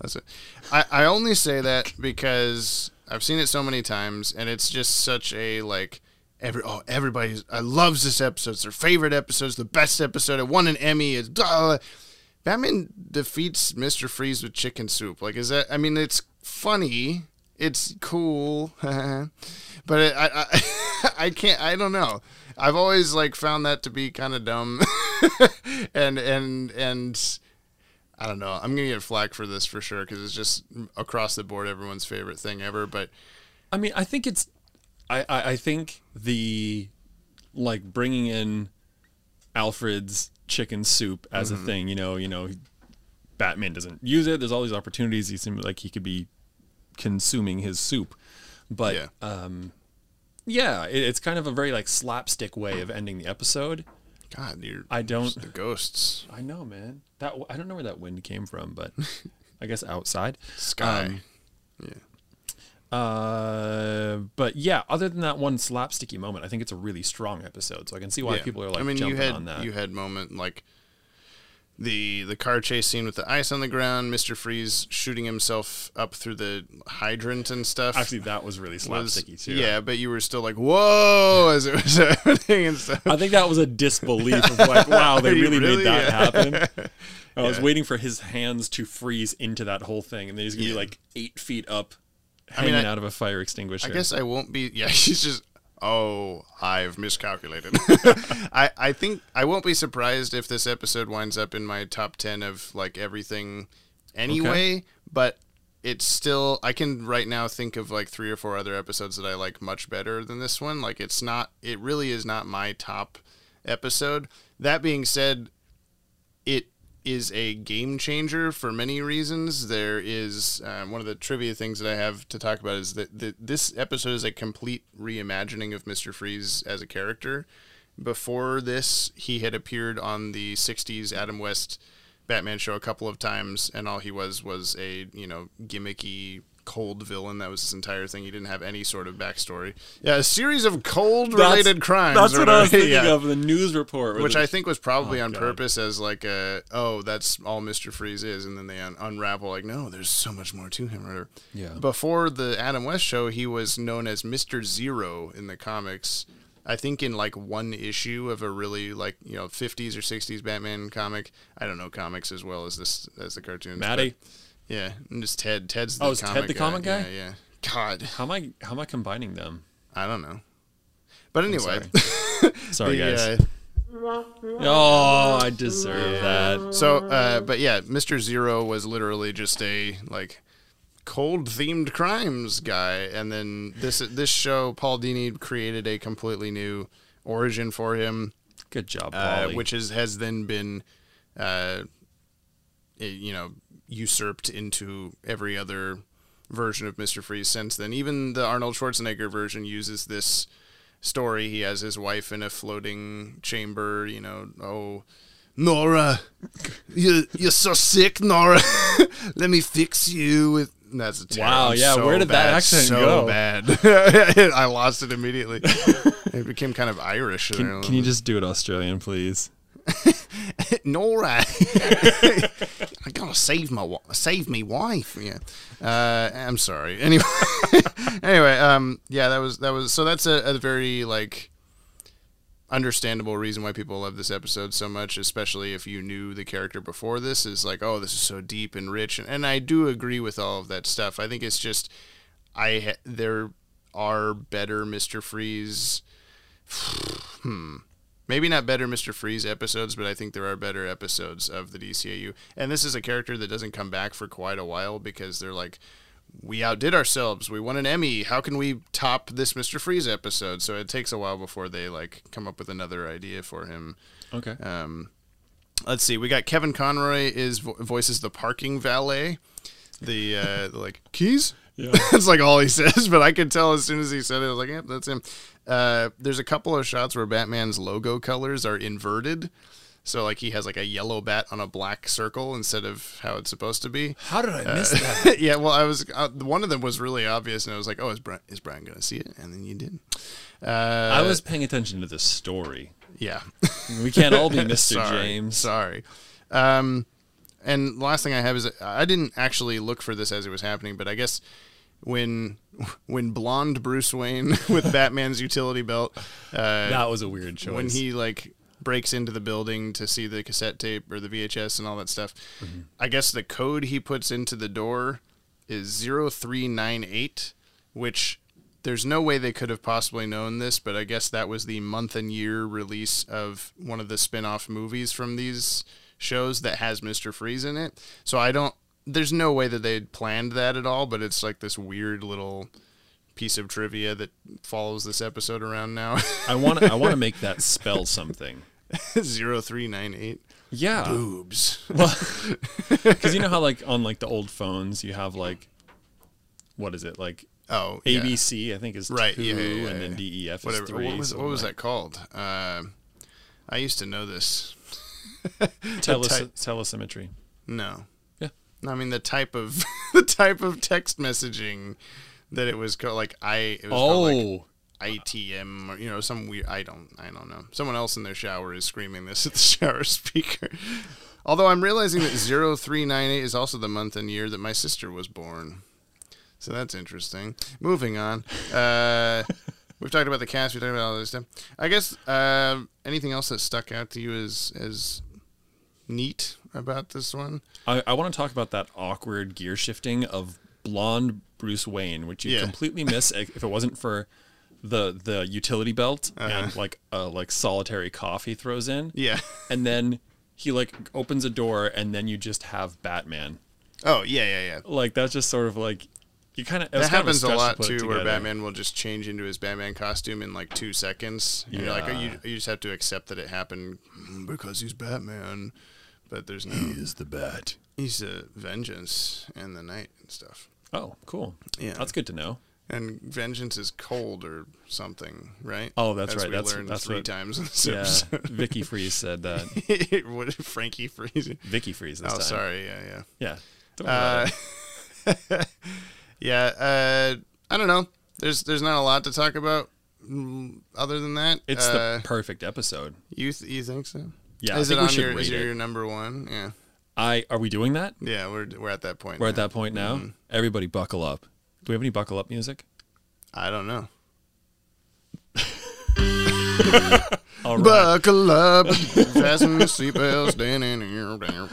[SPEAKER 2] That's it. I, I only say that because I've seen it so many times, and it's just such a like every oh everybody I loves this episode. It's their favorite episode. It's the best episode. It won an Emmy. It's blah, blah. Batman defeats Mister Freeze with chicken soup. Like is that? I mean, it's funny. It's cool, (laughs) but it, I, I (laughs) I can't. I don't know. I've always like found that to be kind of dumb, (laughs) and and and I don't know. I'm gonna get flack for this for sure because it's just across the board everyone's favorite thing ever. But
[SPEAKER 1] I mean, I think it's, I, I, I think the, like bringing in, Alfred's chicken soup as
[SPEAKER 2] Mm-hmm.
[SPEAKER 1] a thing. You know, you know, Batman doesn't use it. There's all these opportunities. He seems like he could be consuming his soup, but
[SPEAKER 2] Yeah.
[SPEAKER 1] um, yeah, it, it's kind of a very like slapstick way of ending the episode.
[SPEAKER 2] God, you're
[SPEAKER 1] I don't-
[SPEAKER 2] the ghosts
[SPEAKER 1] I know, man. That I don't know where that wind came from, but (laughs) I guess outside.
[SPEAKER 2] sky.
[SPEAKER 1] Um, Uh, but yeah, other than that one slapsticky moment, I think it's a really strong episode. So I can see why
[SPEAKER 2] Yeah.
[SPEAKER 1] people are like
[SPEAKER 2] I mean,
[SPEAKER 1] jumping
[SPEAKER 2] you had
[SPEAKER 1] on that.
[SPEAKER 2] you had moment like the the car chase scene with the ice on the ground, Mister Freeze shooting himself up through the hydrant and stuff.
[SPEAKER 1] Actually, that
[SPEAKER 2] (laughs)
[SPEAKER 1] was really
[SPEAKER 2] was-
[SPEAKER 1] slapsticky too.
[SPEAKER 2] yeah, but you were still like, "Whoa!" as it was (laughs) happening and stuff.
[SPEAKER 1] I think that was a disbelief
[SPEAKER 2] (laughs)
[SPEAKER 1] of like, wow, they
[SPEAKER 2] You
[SPEAKER 1] really,
[SPEAKER 2] really-
[SPEAKER 1] made
[SPEAKER 2] (laughs)
[SPEAKER 1] that happen. I was waiting for his hands to freeze into that whole thing, and then he's gonna be like eight feet up, hanging
[SPEAKER 2] I-
[SPEAKER 1] out of a fire extinguisher.
[SPEAKER 2] I guess I won't be. Yeah, (laughs) he's just. Oh, I've miscalculated. (laughs) I, I think I won't be surprised if this episode winds up in my top ten of like everything, anyway. But it's still I can right now think of like three or four other episodes that I like much better than this one. Like it's not. It really is not my top episode. That being said, it is a game changer for many reasons. There is um, one of the trivia things that I have to talk about is that the, this episode is a complete reimagining of Mr. Freeze as a character. Before this, he had appeared on the '60s Adam West Batman show a couple of times, and all he was was a you know gimmicky cold villain. That was his entire thing. He didn't have any sort of backstory. Yeah, a series of cold-related crimes.
[SPEAKER 1] That's
[SPEAKER 2] or
[SPEAKER 1] what
[SPEAKER 2] (laughs)
[SPEAKER 1] I was
[SPEAKER 2] whatever.
[SPEAKER 1] thinking
[SPEAKER 2] Yeah
[SPEAKER 1] of the news report, where
[SPEAKER 2] which
[SPEAKER 1] the- Oh,
[SPEAKER 2] I think was probably on purpose as like a oh that's all Mister Freeze is, and then they un- unravel like no, there's so much more to him. Or,
[SPEAKER 1] Yeah.
[SPEAKER 2] Before the Adam West show, he was known as Mister Zero in the comics. I think in like one issue of a really like you know 50s or 60s Batman comic. I don't know comics as well as this as the cartoons.
[SPEAKER 1] Matty.
[SPEAKER 2] but- yeah, and just Ted. Ted's the
[SPEAKER 1] Oh,
[SPEAKER 2] comic
[SPEAKER 1] is Ted the comic guy?
[SPEAKER 2] Yeah, yeah. God,
[SPEAKER 1] How am I? How am I combining them?
[SPEAKER 2] I don't know. But anyway, (laughs) the,
[SPEAKER 1] Sorry, guys.
[SPEAKER 2] uh,
[SPEAKER 1] Oh, I deserve that.
[SPEAKER 2] So, uh, but yeah, Mr. Zero was literally just a like cold themed crimes guy, and then this this show, Paul Dini created a completely new origin for him,
[SPEAKER 1] Good job,
[SPEAKER 2] uh,
[SPEAKER 1] Wally.
[SPEAKER 2] which is has then been, uh, i- you know, usurped into every other version of Mr. Freeze since then. Even the Arnold Schwarzenegger version uses this story. He has his wife in a floating chamber, you know, oh, Nora, (laughs) you, you're so sick, Nora. (laughs) Let me fix you with. That's a terrible.
[SPEAKER 1] Wow, yeah,
[SPEAKER 2] so
[SPEAKER 1] where did that
[SPEAKER 2] bad,
[SPEAKER 1] accent
[SPEAKER 2] so
[SPEAKER 1] go?
[SPEAKER 2] bad. (laughs) I lost it
[SPEAKER 1] (laughs)
[SPEAKER 2] immediately. it became kind of Irish.
[SPEAKER 1] can, can you just do it Australian, please?
[SPEAKER 2] Nora, (laughs) I gotta save my wi- save me wife. Yeah, uh, I'm sorry. (laughs) Anyway, anyway, um, yeah, that was that was so that's a, a very like understandable reason why people love this episode so much, especially if you knew the character before this is like, oh, this is so deep and rich, and, and I do agree with all of that stuff. I think it's just I ha- there are better Mister Freeze maybe not better Mr. Freeze episodes, but I think there are better episodes of the DCAU. And this is a character that doesn't come back for quite a while because they're like, we outdid ourselves. We won an Emmy. How can we top this Mr. Freeze episode? So it takes a while before they like come up with another idea for him.
[SPEAKER 1] Okay.
[SPEAKER 2] Um, let's see. We got Kevin Conroy is vo- voices the parking valet. The uh, (laughs) like keys.
[SPEAKER 1] Yeah.
[SPEAKER 2] (laughs) that's like all he says. (laughs) But I could tell as soon as he said it, I was like, "Yep, that's him." Uh, there's a couple of shots where Batman's logo colors are inverted. So like he has like a yellow bat on a black circle instead of how it's supposed to be. (laughs)
[SPEAKER 1] How did I miss that?
[SPEAKER 2] yeah, well, I was uh, one of them was really obvious, and I was like, "Oh, is Brian, is Brian gonna see it?" And then you did. Uh,
[SPEAKER 1] I was paying attention to the story.
[SPEAKER 2] yeah. (laughs)
[SPEAKER 1] We can't all be Mr.
[SPEAKER 2] Sorry,
[SPEAKER 1] James.
[SPEAKER 2] Sorry. Um, and last thing I have is I didn't actually look for this as it was happening, but I guess when (laughs) when blonde Bruce Wayne (laughs) with Batman's utility belt, uh,
[SPEAKER 1] That was a weird choice.
[SPEAKER 2] when he like breaks into the building to see the cassette tape or the VHS and all that stuff, I guess the code he puts into the door is 0398, which there's no way they could have possibly known this, but I guess that was the month and year release of one of the spin-off movies from these shows that has Mr. Freeze in it. So I don't there's no way that they planned that at all, but it's like this weird little piece of trivia that follows this episode around now. (laughs)
[SPEAKER 1] I want I want to make that spell something.
[SPEAKER 2] Zero three nine eight
[SPEAKER 1] (laughs) Yeah.
[SPEAKER 2] boobs.
[SPEAKER 1] Cuz you know how like on like the old phones you have like what is it? Like
[SPEAKER 2] (laughs) Oh, yeah.
[SPEAKER 1] ABC I think is
[SPEAKER 2] Right,
[SPEAKER 1] 2
[SPEAKER 2] yeah, yeah, yeah,
[SPEAKER 1] and then
[SPEAKER 2] yeah.
[SPEAKER 1] DEF
[SPEAKER 2] Whatever.
[SPEAKER 1] is 3.
[SPEAKER 2] what was
[SPEAKER 1] so
[SPEAKER 2] what was
[SPEAKER 1] like,
[SPEAKER 2] that called? Uh, I used to know this.
[SPEAKER 1] teles-
[SPEAKER 2] type?
[SPEAKER 1] telesymmetry.
[SPEAKER 2] No,
[SPEAKER 1] Yeah.
[SPEAKER 2] I mean the type of (laughs) the type of text messaging that it was called. Like I, it was
[SPEAKER 1] Oh.
[SPEAKER 2] called like ITM or you know some weird. I don't I don't know. Someone else in their shower is screaming this at the (laughs) shower speaker. Although I'm realizing that 0398 is also the month and year that my sister was born. So that's interesting. Moving on. Uh, (laughs) we've talked about the cast. We've talked about all this stuff. I guess uh, anything else that stuck out to you as as neat about this one?
[SPEAKER 1] I, I want to talk about that awkward gear shifting of blonde Bruce Wayne, which you
[SPEAKER 2] Yeah. (laughs)
[SPEAKER 1] completely miss if if it wasn't for the the utility belt and like a like solitary cough he throws in.
[SPEAKER 2] Uh-huh. Yeah.
[SPEAKER 1] And then he like opens a door and then you just have Batman.
[SPEAKER 2] Oh yeah yeah yeah.
[SPEAKER 1] Like that's just sort of like You kind of
[SPEAKER 2] That happens a
[SPEAKER 1] kind of
[SPEAKER 2] lot
[SPEAKER 1] stretch to put it
[SPEAKER 2] too, where
[SPEAKER 1] together.
[SPEAKER 2] Batman will just change into his Batman costume in like two seconds. And You're like, oh, you, you just have to accept that it happened because he's Batman. But there's no.
[SPEAKER 1] (clears throat)
[SPEAKER 2] He is the Bat. He's the vengeance and the night and stuff.
[SPEAKER 1] Oh, cool.
[SPEAKER 2] Yeah.
[SPEAKER 1] that's good
[SPEAKER 2] (laughs)
[SPEAKER 1] to know.
[SPEAKER 2] And vengeance is cold or something, right?
[SPEAKER 1] Oh, that's
[SPEAKER 2] As
[SPEAKER 1] right.
[SPEAKER 2] We
[SPEAKER 1] That's-
[SPEAKER 2] learned
[SPEAKER 1] that's
[SPEAKER 2] three
[SPEAKER 1] what-
[SPEAKER 2] times in this
[SPEAKER 1] Yeah,
[SPEAKER 2] episode.
[SPEAKER 1] Vicky Freeze said that.
[SPEAKER 2] (laughs) what Frankie Freeze?
[SPEAKER 1] Vicky Freeze this
[SPEAKER 2] Oh,
[SPEAKER 1] time.
[SPEAKER 2] sorry. Uh, Yeah, yeah.
[SPEAKER 1] Yeah. Don't worry about it.
[SPEAKER 2] Yeah, uh, I don't know. There's there's not a lot to talk about mm, other than that.
[SPEAKER 1] It's
[SPEAKER 2] uh,
[SPEAKER 1] the perfect episode.
[SPEAKER 2] you th- you think so?
[SPEAKER 1] Yeah, I
[SPEAKER 2] Is
[SPEAKER 1] think
[SPEAKER 2] it
[SPEAKER 1] we
[SPEAKER 2] on
[SPEAKER 1] should
[SPEAKER 2] your is
[SPEAKER 1] rate
[SPEAKER 2] it
[SPEAKER 1] it.
[SPEAKER 2] your number one? Yeah.
[SPEAKER 1] I are we doing that?
[SPEAKER 2] Yeah, we're we're at that point.
[SPEAKER 1] We're at
[SPEAKER 2] now.
[SPEAKER 1] that point now.
[SPEAKER 2] Mm-hmm.
[SPEAKER 1] Everybody buckle up. Do we have any buckle up music?
[SPEAKER 2] I don't know.
[SPEAKER 1] (laughs) All right.
[SPEAKER 2] Buckle up, fasten your seatbelts. dun, dun, dun, dun.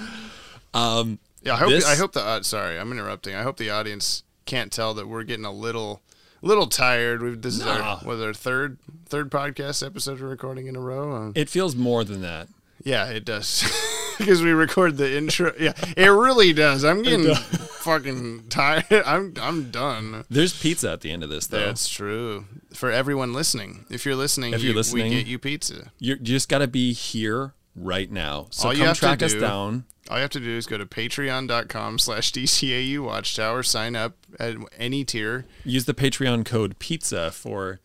[SPEAKER 1] um
[SPEAKER 2] Yeah, I hope
[SPEAKER 1] This-
[SPEAKER 2] I hope the uh, sorry, I'm interrupting. I hope the audience can't tell that we're getting a little little tired. We've, this is our
[SPEAKER 1] Nah.
[SPEAKER 2] was our third third podcast episode we're recording in a row. Um,
[SPEAKER 1] it feels more than that.
[SPEAKER 2] Yeah, it does. (laughs) Because we record the intro. Yeah, it really does. I'm getting (laughs) fucking tired. (laughs) I'm I'm done.
[SPEAKER 1] There's pizza at the end of this though.
[SPEAKER 2] That's true. For everyone listening, if you're listening,
[SPEAKER 1] If you're
[SPEAKER 2] you-
[SPEAKER 1] listening-
[SPEAKER 2] we get you pizza.
[SPEAKER 1] You're, you just got to be here right now. So
[SPEAKER 2] All you
[SPEAKER 1] come
[SPEAKER 2] have to
[SPEAKER 1] track us
[SPEAKER 2] do-
[SPEAKER 1] down.
[SPEAKER 2] All you have to do is go to patreon.com slash DCAU Watchtower, sign up at any tier,
[SPEAKER 1] Use the Patreon code pizza for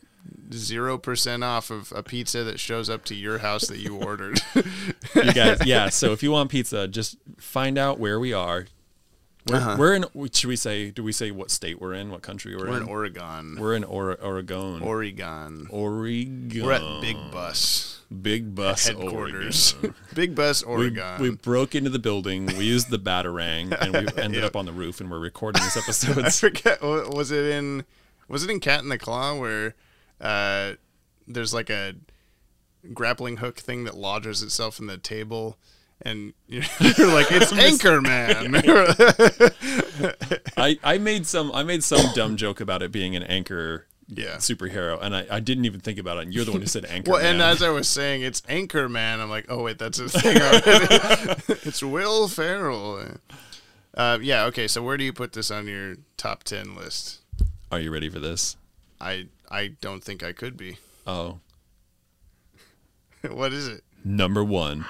[SPEAKER 2] 0% off of a pizza that shows up to your house that you ordered. (laughs)
[SPEAKER 1] you guys. yeah. So if you want pizza, just find out where we are. We're,
[SPEAKER 2] Uh-huh.
[SPEAKER 1] we're in. Should we say? Do we say what state we're in? What country we're,
[SPEAKER 2] We're
[SPEAKER 1] in?
[SPEAKER 2] in Oregon.
[SPEAKER 1] we're in or- Oregon.
[SPEAKER 2] Oregon.
[SPEAKER 1] Oregon.
[SPEAKER 2] We're at Big Bus
[SPEAKER 1] Big Bus
[SPEAKER 2] headquarters. (laughs)
[SPEAKER 1] Oregon.
[SPEAKER 2] Big Bus,
[SPEAKER 1] We,
[SPEAKER 2] Oregon.
[SPEAKER 1] we broke into the building. We used the batarang,
[SPEAKER 2] (laughs)
[SPEAKER 1] and we ended up on the roof. And we're recording this
[SPEAKER 2] I (laughs)
[SPEAKER 1] episode.
[SPEAKER 2] forget. wa- Was it in? Was it in Cat in the Claw where uh, there's like a grappling hook thing that lodges itself in the table, and (laughs) you're, you're like, "It's Anchor Man." (laughs)
[SPEAKER 1] I, I made some I made some dumb joke about it being an anchor
[SPEAKER 2] Yeah.
[SPEAKER 1] superhero, and I, I didn't even think about it. And you're the one who said anchor.
[SPEAKER 2] well, and
[SPEAKER 1] man.
[SPEAKER 2] as I was saying, "It's Anchor Man," I'm like, "Oh wait, that's a thing already." (laughs) it's Will Ferrell. Uh, yeah. Okay. So where do you put this on your top ten list?
[SPEAKER 1] are you ready for this?
[SPEAKER 2] I I don't think I could be. (laughs)
[SPEAKER 1] Oh,
[SPEAKER 2] what is it?
[SPEAKER 1] number one.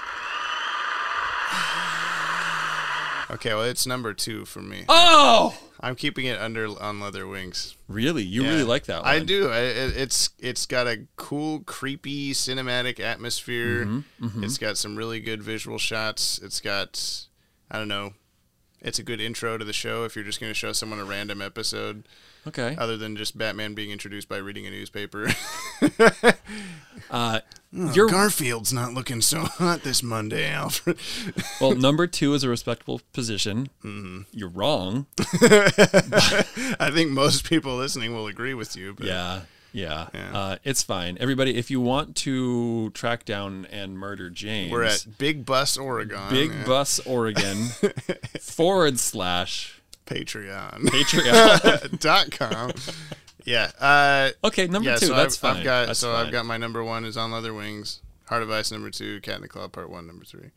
[SPEAKER 2] Okay. Well, it's number two for me.
[SPEAKER 1] Oh,
[SPEAKER 2] I'm keeping it under on leather wings.
[SPEAKER 1] really? You really
[SPEAKER 2] Yeah.
[SPEAKER 1] like that one?
[SPEAKER 2] I do. I, it, it's it's got a cool, creepy cinematic atmosphere.
[SPEAKER 1] Mm-hmm,
[SPEAKER 2] It's got some really good visual shots. It's got I don't know. It's a good intro to the show if you're just going to show someone a random episode
[SPEAKER 1] Okay.
[SPEAKER 2] other than just Batman being introduced by reading a newspaper. (laughs)
[SPEAKER 1] Mm. You're
[SPEAKER 2] Garfield's not looking so hot this Monday, Alfred.
[SPEAKER 1] (laughs)
[SPEAKER 2] (laughs)
[SPEAKER 1] well. Number two is a respectable position.
[SPEAKER 2] Mm-hmm. (laughs)
[SPEAKER 1] You're wrong.
[SPEAKER 2] I think most people listening will agree with you. But
[SPEAKER 1] Yeah. Yeah,
[SPEAKER 2] Yeah.
[SPEAKER 1] Uh, it's fine. Everybody, if you want to track down and murder James,
[SPEAKER 2] We're at Big Bus, Oregon.
[SPEAKER 1] Big
[SPEAKER 2] yeah.
[SPEAKER 1] Bus Oregon
[SPEAKER 2] (laughs)
[SPEAKER 1] forward slash
[SPEAKER 2] Patreon. (laughs)
[SPEAKER 1] Patreon.
[SPEAKER 2] dot com. Yeah. Uh,
[SPEAKER 1] Okay, number
[SPEAKER 2] yeah.
[SPEAKER 1] two.
[SPEAKER 2] so
[SPEAKER 1] that's
[SPEAKER 2] I've,
[SPEAKER 1] fine.
[SPEAKER 2] I've got
[SPEAKER 1] That's
[SPEAKER 2] so I've
[SPEAKER 1] fine.
[SPEAKER 2] got my number one is on Leather Wings, Heart of Ice number two, Cat in the Claw part one number three,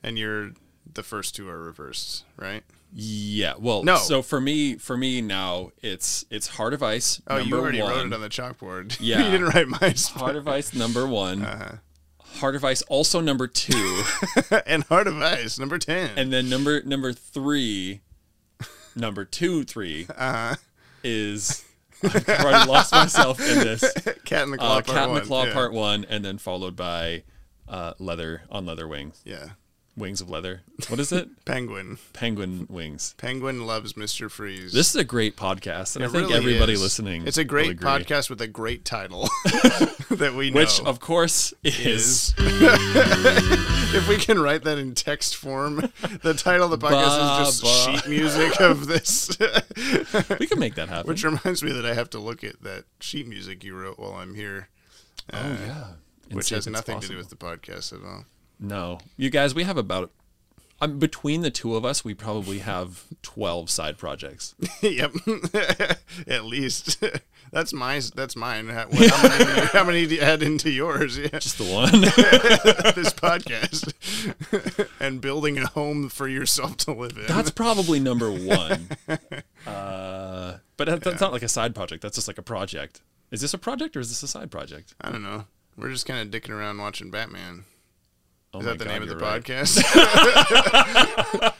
[SPEAKER 2] and you're the first two are reversed, right?
[SPEAKER 1] Yeah. Well,
[SPEAKER 2] No.
[SPEAKER 1] So for me, for me now, it's it's Heart of Ice.
[SPEAKER 2] Oh,
[SPEAKER 1] number
[SPEAKER 2] you already
[SPEAKER 1] one,
[SPEAKER 2] wrote it on the chalkboard. (laughs)
[SPEAKER 1] Yeah.
[SPEAKER 2] you didn't write mine.
[SPEAKER 1] Heart of Ice number one.
[SPEAKER 2] Uh-huh.
[SPEAKER 1] Heart of Ice also
[SPEAKER 2] (laughs)
[SPEAKER 1] number two,
[SPEAKER 2] (laughs) and Heart of Ice number ten.
[SPEAKER 1] and then number number three, number two three
[SPEAKER 2] Uh-huh.
[SPEAKER 1] is. I've already lost myself in this.
[SPEAKER 2] Cat in the (laughs) Claw
[SPEAKER 1] Uh,
[SPEAKER 2] part
[SPEAKER 1] Cat in
[SPEAKER 2] one.
[SPEAKER 1] the Claw
[SPEAKER 2] yeah.
[SPEAKER 1] Part One, and then followed by uh, Leather on Leather Wings,
[SPEAKER 2] Yeah.
[SPEAKER 1] Wings of Leather. What is it?
[SPEAKER 2] Penguin.
[SPEAKER 1] Penguin Wings.
[SPEAKER 2] Penguin loves Mister Freeze.
[SPEAKER 1] This is a great podcast, and
[SPEAKER 2] It
[SPEAKER 1] I think
[SPEAKER 2] really
[SPEAKER 1] everybody
[SPEAKER 2] is.
[SPEAKER 1] listening.
[SPEAKER 2] It's a
[SPEAKER 1] will
[SPEAKER 2] great
[SPEAKER 1] agree.
[SPEAKER 2] podcast with a great
[SPEAKER 1] (laughs)
[SPEAKER 2] title (laughs) that we know.
[SPEAKER 1] which of course is.
[SPEAKER 2] (laughs) If we can write that in text form, the title of the podcast is just
[SPEAKER 1] Ba, ba.
[SPEAKER 2] sheet music of this. (laughs)
[SPEAKER 1] (laughs) We can make that happen.
[SPEAKER 2] Which reminds me that I have to look at that sheet music you wrote while I'm here,
[SPEAKER 1] oh yeah. And
[SPEAKER 2] which
[SPEAKER 1] see if
[SPEAKER 2] has
[SPEAKER 1] it's
[SPEAKER 2] nothing to do with
[SPEAKER 1] possible.
[SPEAKER 2] the podcast at all. (laughs)
[SPEAKER 1] No, you guys, we have about. Um, between the two of us, we probably have twelve side projects.
[SPEAKER 2] yep, (laughs) at least (laughs) that's my that's mine. How, what, how many, do you- how many do you add into yours? (laughs) Yeah,
[SPEAKER 1] Just the one.
[SPEAKER 2] this podcast (laughs) and building a home for yourself to live in. (laughs)
[SPEAKER 1] That's probably number one. Uh, But that, that's not like a side project. That's just like a project. Is this a project or is this a side project?
[SPEAKER 2] I don't know. We're just kind of dicking around watching Batman.
[SPEAKER 1] Oh
[SPEAKER 2] Is
[SPEAKER 1] my
[SPEAKER 2] that the
[SPEAKER 1] God,
[SPEAKER 2] name of the
[SPEAKER 1] you're right. (laughs)
[SPEAKER 2] podcast?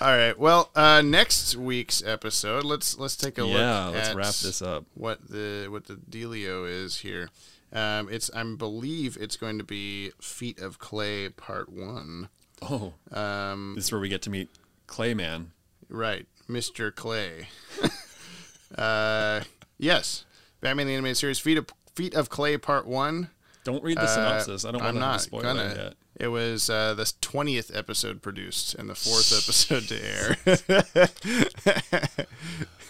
[SPEAKER 2] All right. Well, uh, next week's episode, let's let's take a look.
[SPEAKER 1] Yeah, let's
[SPEAKER 2] at
[SPEAKER 1] wrap this up.
[SPEAKER 2] What the what the dealio is here? Um, it's I believe it's going to be Feet of Clay Part One.
[SPEAKER 1] Oh,
[SPEAKER 2] Um,
[SPEAKER 1] this is where we get to meet Clayman.
[SPEAKER 2] Right, Mr. Clay. (laughs) uh, yes, Batman the Animated Series, Feet of Feet of Clay Part One.
[SPEAKER 1] Don't read the synopsis. I don't want
[SPEAKER 2] Uh, I'm
[SPEAKER 1] to have a
[SPEAKER 2] not
[SPEAKER 1] spoiler
[SPEAKER 2] gonna.
[SPEAKER 1] yet.
[SPEAKER 2] It was uh, the twentieth episode produced and the
[SPEAKER 1] (laughs)
[SPEAKER 2] fourth episode to air.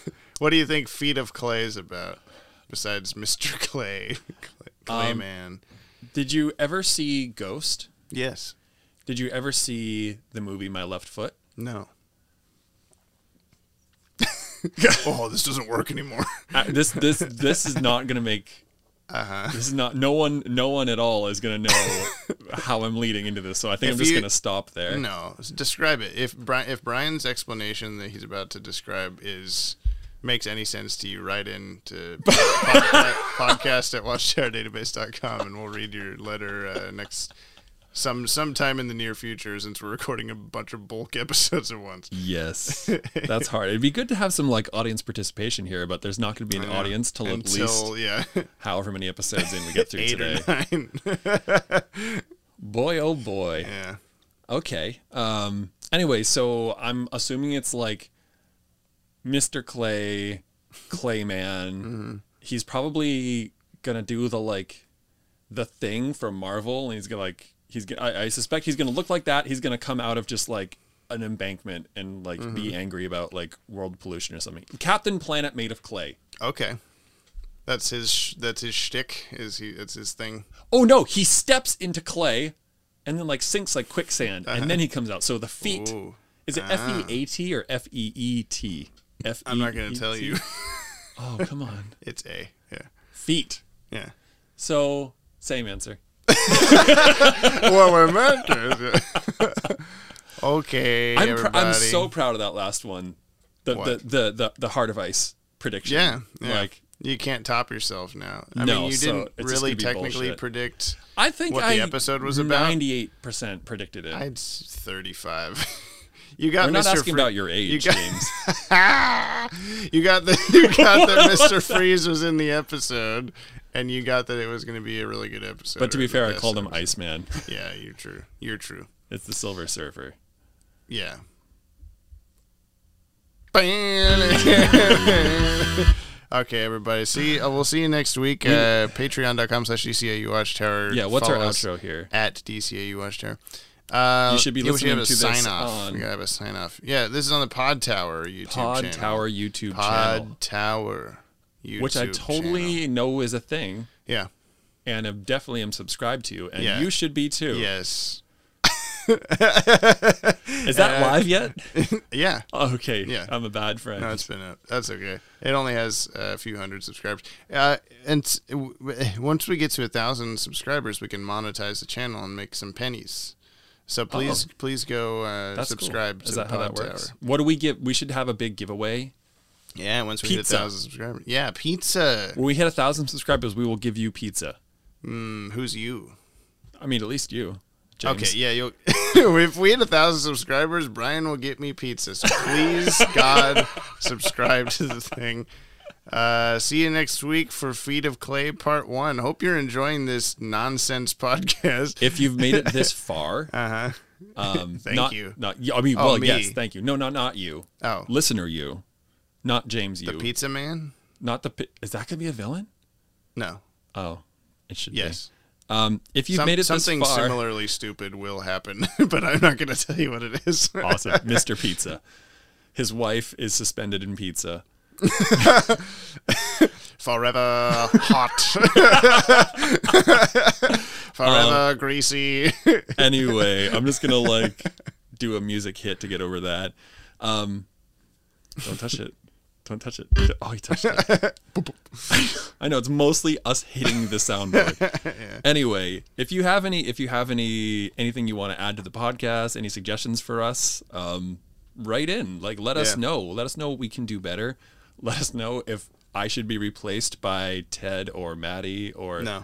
[SPEAKER 2] (laughs) what do you think Feet of Clay is about? Besides Mr. (laughs) Clay, Clay, Clay
[SPEAKER 1] Um,
[SPEAKER 2] Man.
[SPEAKER 1] Did you ever see Ghost?
[SPEAKER 2] Yes.
[SPEAKER 1] Did you ever see the movie My Left Foot?
[SPEAKER 2] No.
[SPEAKER 1] (laughs)
[SPEAKER 2] oh, this doesn't work anymore.
[SPEAKER 1] I- this this this is not gonna make.
[SPEAKER 2] Uh-huh.
[SPEAKER 1] This is not. No one. No one at all is gonna know how I'm leading into this. So I think
[SPEAKER 2] If
[SPEAKER 1] I'm just
[SPEAKER 2] you-
[SPEAKER 1] gonna stop there.
[SPEAKER 2] No, s- describe it. If Brian, if Brian's explanation that he's about to describe is makes any sense to you, write in to (laughs) podcast at watchtowerdatabase.com and we'll read your letter uh, next some sometime in the near future since we're recording a bunch of bulk (laughs) episodes at once. (laughs)
[SPEAKER 1] Yes, that's hard. It'd be good to have some like audience participation here, but there's not going to be an audience till at
[SPEAKER 2] Until
[SPEAKER 1] least
[SPEAKER 2] yeah, (laughs)
[SPEAKER 1] however many episodes in we get through
[SPEAKER 2] eight
[SPEAKER 1] today.
[SPEAKER 2] or nine.
[SPEAKER 1] Boy, oh boy.
[SPEAKER 2] yeah.
[SPEAKER 1] Okay. Um. Anyway, so I'm assuming it's like Mr. Clay, Clayman. He's probably gonna do the like the thing from Marvel, and he's gonna like he's gonna, I, I suspect he's gonna look like that. He's gonna come out of just like an embankment and like be angry about like world pollution or something. Captain Planet made of clay.
[SPEAKER 2] (laughs) Okay. That's his. Sh- that's his shtick. Is he? That's his thing.
[SPEAKER 1] Oh no, he steps into clay and then like sinks like quicksand and then he comes out. So the feet
[SPEAKER 2] Ooh.
[SPEAKER 1] is it F E A T or F E E T? F
[SPEAKER 2] Ah.
[SPEAKER 1] E
[SPEAKER 2] I'm not gonna tell you. (laughs)
[SPEAKER 1] Oh, come on.
[SPEAKER 2] it's a. Yeah.
[SPEAKER 1] Feet.
[SPEAKER 2] Yeah.
[SPEAKER 1] So same answer.
[SPEAKER 2] what we meant is- (laughs) okay,
[SPEAKER 1] I'm pr-
[SPEAKER 2] everybody.
[SPEAKER 1] I'm so proud of that last one. The the,
[SPEAKER 2] What?
[SPEAKER 1] the the the heart of ice prediction.
[SPEAKER 2] yeah, yeah.
[SPEAKER 1] Like
[SPEAKER 2] you can't top yourself now. I
[SPEAKER 1] No,
[SPEAKER 2] mean, you
[SPEAKER 1] so
[SPEAKER 2] didn't
[SPEAKER 1] it's just
[SPEAKER 2] really
[SPEAKER 1] gonna be
[SPEAKER 2] technically
[SPEAKER 1] bullshit.
[SPEAKER 2] predict.
[SPEAKER 1] I think
[SPEAKER 2] What the
[SPEAKER 1] I
[SPEAKER 2] episode was about?
[SPEAKER 1] 98% predicted it.
[SPEAKER 2] I'd s- thirty-five. (laughs) You got
[SPEAKER 1] We're not
[SPEAKER 2] Mr.
[SPEAKER 1] asking
[SPEAKER 2] Free-
[SPEAKER 1] about your age,
[SPEAKER 2] You got- (laughs)
[SPEAKER 1] James.
[SPEAKER 2] you got that you got
[SPEAKER 1] (laughs)
[SPEAKER 2] that Mr. Freeze was in the episode, and you got that it was going to be a really good episode.
[SPEAKER 1] But to
[SPEAKER 2] or
[SPEAKER 1] be
[SPEAKER 2] the
[SPEAKER 1] fair, I
[SPEAKER 2] best
[SPEAKER 1] called him
[SPEAKER 2] episode.
[SPEAKER 1] Iceman.
[SPEAKER 2] Yeah, you're true. You're true.
[SPEAKER 1] it's the Silver Surfer.
[SPEAKER 2] Yeah. (laughs) okay, everybody. See, uh, we'll see you next week. Uh, Patreon.com slash DCAU Watchtower.
[SPEAKER 1] Yeah, what's our
[SPEAKER 2] Follow us
[SPEAKER 1] outro here?
[SPEAKER 2] At DCAU Watchtower. Uh,
[SPEAKER 1] You should be
[SPEAKER 2] yeah, we
[SPEAKER 1] listening
[SPEAKER 2] have a
[SPEAKER 1] to this
[SPEAKER 2] sign off.
[SPEAKER 1] on-
[SPEAKER 2] We gotta have a sign off. Yeah, this is on the Pod Tower YouTube
[SPEAKER 1] Pod
[SPEAKER 2] channel.
[SPEAKER 1] Tower YouTube
[SPEAKER 2] Pod
[SPEAKER 1] channel,
[SPEAKER 2] Tower YouTube
[SPEAKER 1] which I totally
[SPEAKER 2] channel.
[SPEAKER 1] know is a thing,
[SPEAKER 2] Yeah.
[SPEAKER 1] and I definitely am subscribed to, and
[SPEAKER 2] Yeah.
[SPEAKER 1] you should be too.
[SPEAKER 2] Yes.
[SPEAKER 1] (laughs) Is that live yet?
[SPEAKER 2] Yeah.
[SPEAKER 1] Uh, okay,
[SPEAKER 2] Yeah.
[SPEAKER 1] I'm a bad friend.
[SPEAKER 2] No, it's been up. That's okay. It only has uh, a few hundred subscribers. Uh, and s- w- w- once we get to a thousand subscribers, we can monetize the channel and make some pennies. So please, please go uh,
[SPEAKER 1] That's cool.
[SPEAKER 2] subscribe to
[SPEAKER 1] Is
[SPEAKER 2] the
[SPEAKER 1] that how that
[SPEAKER 2] Pod
[SPEAKER 1] works?
[SPEAKER 2] Tower.
[SPEAKER 1] What do we give? We should have a big giveaway.
[SPEAKER 2] Yeah, once we hit
[SPEAKER 1] Pizza.
[SPEAKER 2] a thousand subscribers. Yeah, pizza.
[SPEAKER 1] When we hit a thousand subscribers, we will give you pizza.
[SPEAKER 2] Mm, who's you?
[SPEAKER 1] I mean, at least you. James.
[SPEAKER 2] Okay, yeah,
[SPEAKER 1] (laughs)
[SPEAKER 2] you'll. (laughs) if we hit a thousand subscribers, Brian will get me pizza. So
[SPEAKER 1] (laughs)
[SPEAKER 2] please, God, subscribe to the thing. Uh, see you next week for Feet of Clay Part One. Hope you're enjoying this nonsense podcast.
[SPEAKER 1] If you've made it
[SPEAKER 2] (laughs)
[SPEAKER 1] this far,
[SPEAKER 2] uh huh.
[SPEAKER 1] um,
[SPEAKER 2] (laughs) Thank
[SPEAKER 1] not,
[SPEAKER 2] you.
[SPEAKER 1] Not, I mean,
[SPEAKER 2] Oh,
[SPEAKER 1] well,
[SPEAKER 2] me.
[SPEAKER 1] yes, thank you. No, not not you.
[SPEAKER 2] Oh,
[SPEAKER 1] Listener, you, not James, you,
[SPEAKER 2] Pizza Man?
[SPEAKER 1] not the. pi- Is that gonna be a villain?
[SPEAKER 2] No.
[SPEAKER 1] Oh, it should be.
[SPEAKER 2] Yes.
[SPEAKER 1] Um, if you've
[SPEAKER 2] Some-
[SPEAKER 1] made it
[SPEAKER 2] something
[SPEAKER 1] this far,
[SPEAKER 2] similarly stupid will happen, (laughs) but I'm not going to tell you what it is.
[SPEAKER 1] (laughs) (laughs) awesome, Mr. Pizza. His wife is suspended in pizza.
[SPEAKER 2] (laughs) Forever
[SPEAKER 1] (laughs)
[SPEAKER 2] hot. (laughs)
[SPEAKER 1] Um,
[SPEAKER 2] Forever greasy.
[SPEAKER 1] (laughs) Anyway, I'm just gonna like do a music hit to get over that. Um, don't touch it. Don't touch it. Oh, he
[SPEAKER 2] (laughs)
[SPEAKER 1] touched it. (laughs) I know it's mostly us hitting the soundboard.
[SPEAKER 2] (laughs)
[SPEAKER 1] Anyway, if you have any, if you have any anything you want to add to the podcast, any suggestions for us, um, write in. Like, let us
[SPEAKER 2] Yeah.
[SPEAKER 1] know. Let us know what we can do better. let us know if I should be replaced by Ted or Maddie
[SPEAKER 2] (laughs)
[SPEAKER 1] or
[SPEAKER 2] No.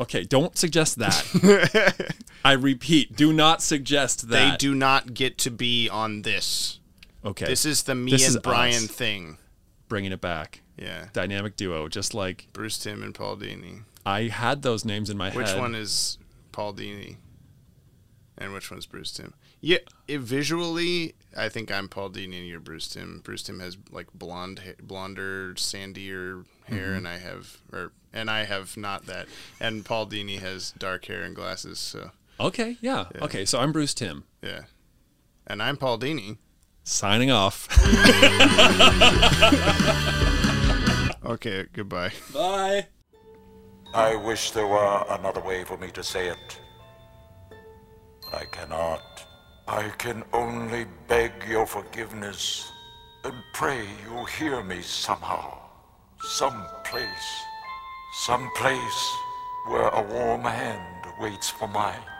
[SPEAKER 1] Okay, don't suggest that.
[SPEAKER 2] (laughs)
[SPEAKER 1] I repeat, do not suggest that.
[SPEAKER 2] They do not get to be on this.
[SPEAKER 1] Okay,
[SPEAKER 2] This is the me
[SPEAKER 1] This is
[SPEAKER 2] and Brian
[SPEAKER 1] us.
[SPEAKER 2] thing.
[SPEAKER 1] bringing it back.
[SPEAKER 2] Yeah.
[SPEAKER 1] Dynamic duo, just like
[SPEAKER 2] Bruce Tim and Paul Dini.
[SPEAKER 1] I had those names in my
[SPEAKER 2] Which
[SPEAKER 1] head.
[SPEAKER 2] one is Paul Dini? And which one's Bruce Tim? Yeah, it, visually, I think I'm Paul Dini and you're Bruce Tim. Bruce Tim has like blonde, ha- blonder, sandier
[SPEAKER 1] Mm-hmm.
[SPEAKER 2] hair, and I have, or and I have not that. And Paul Dini has dark hair and glasses. So
[SPEAKER 1] Okay, yeah. Okay, so I'm Bruce Tim.
[SPEAKER 2] yeah, and I'm Paul Dini.
[SPEAKER 1] Signing off.
[SPEAKER 2] Okay, goodbye.
[SPEAKER 1] Bye.
[SPEAKER 4] I wish there were another way for me to say it. But I cannot. I can only beg your forgiveness and pray you hear me somehow. Someplace. Someplace where a warm hand waits for mine.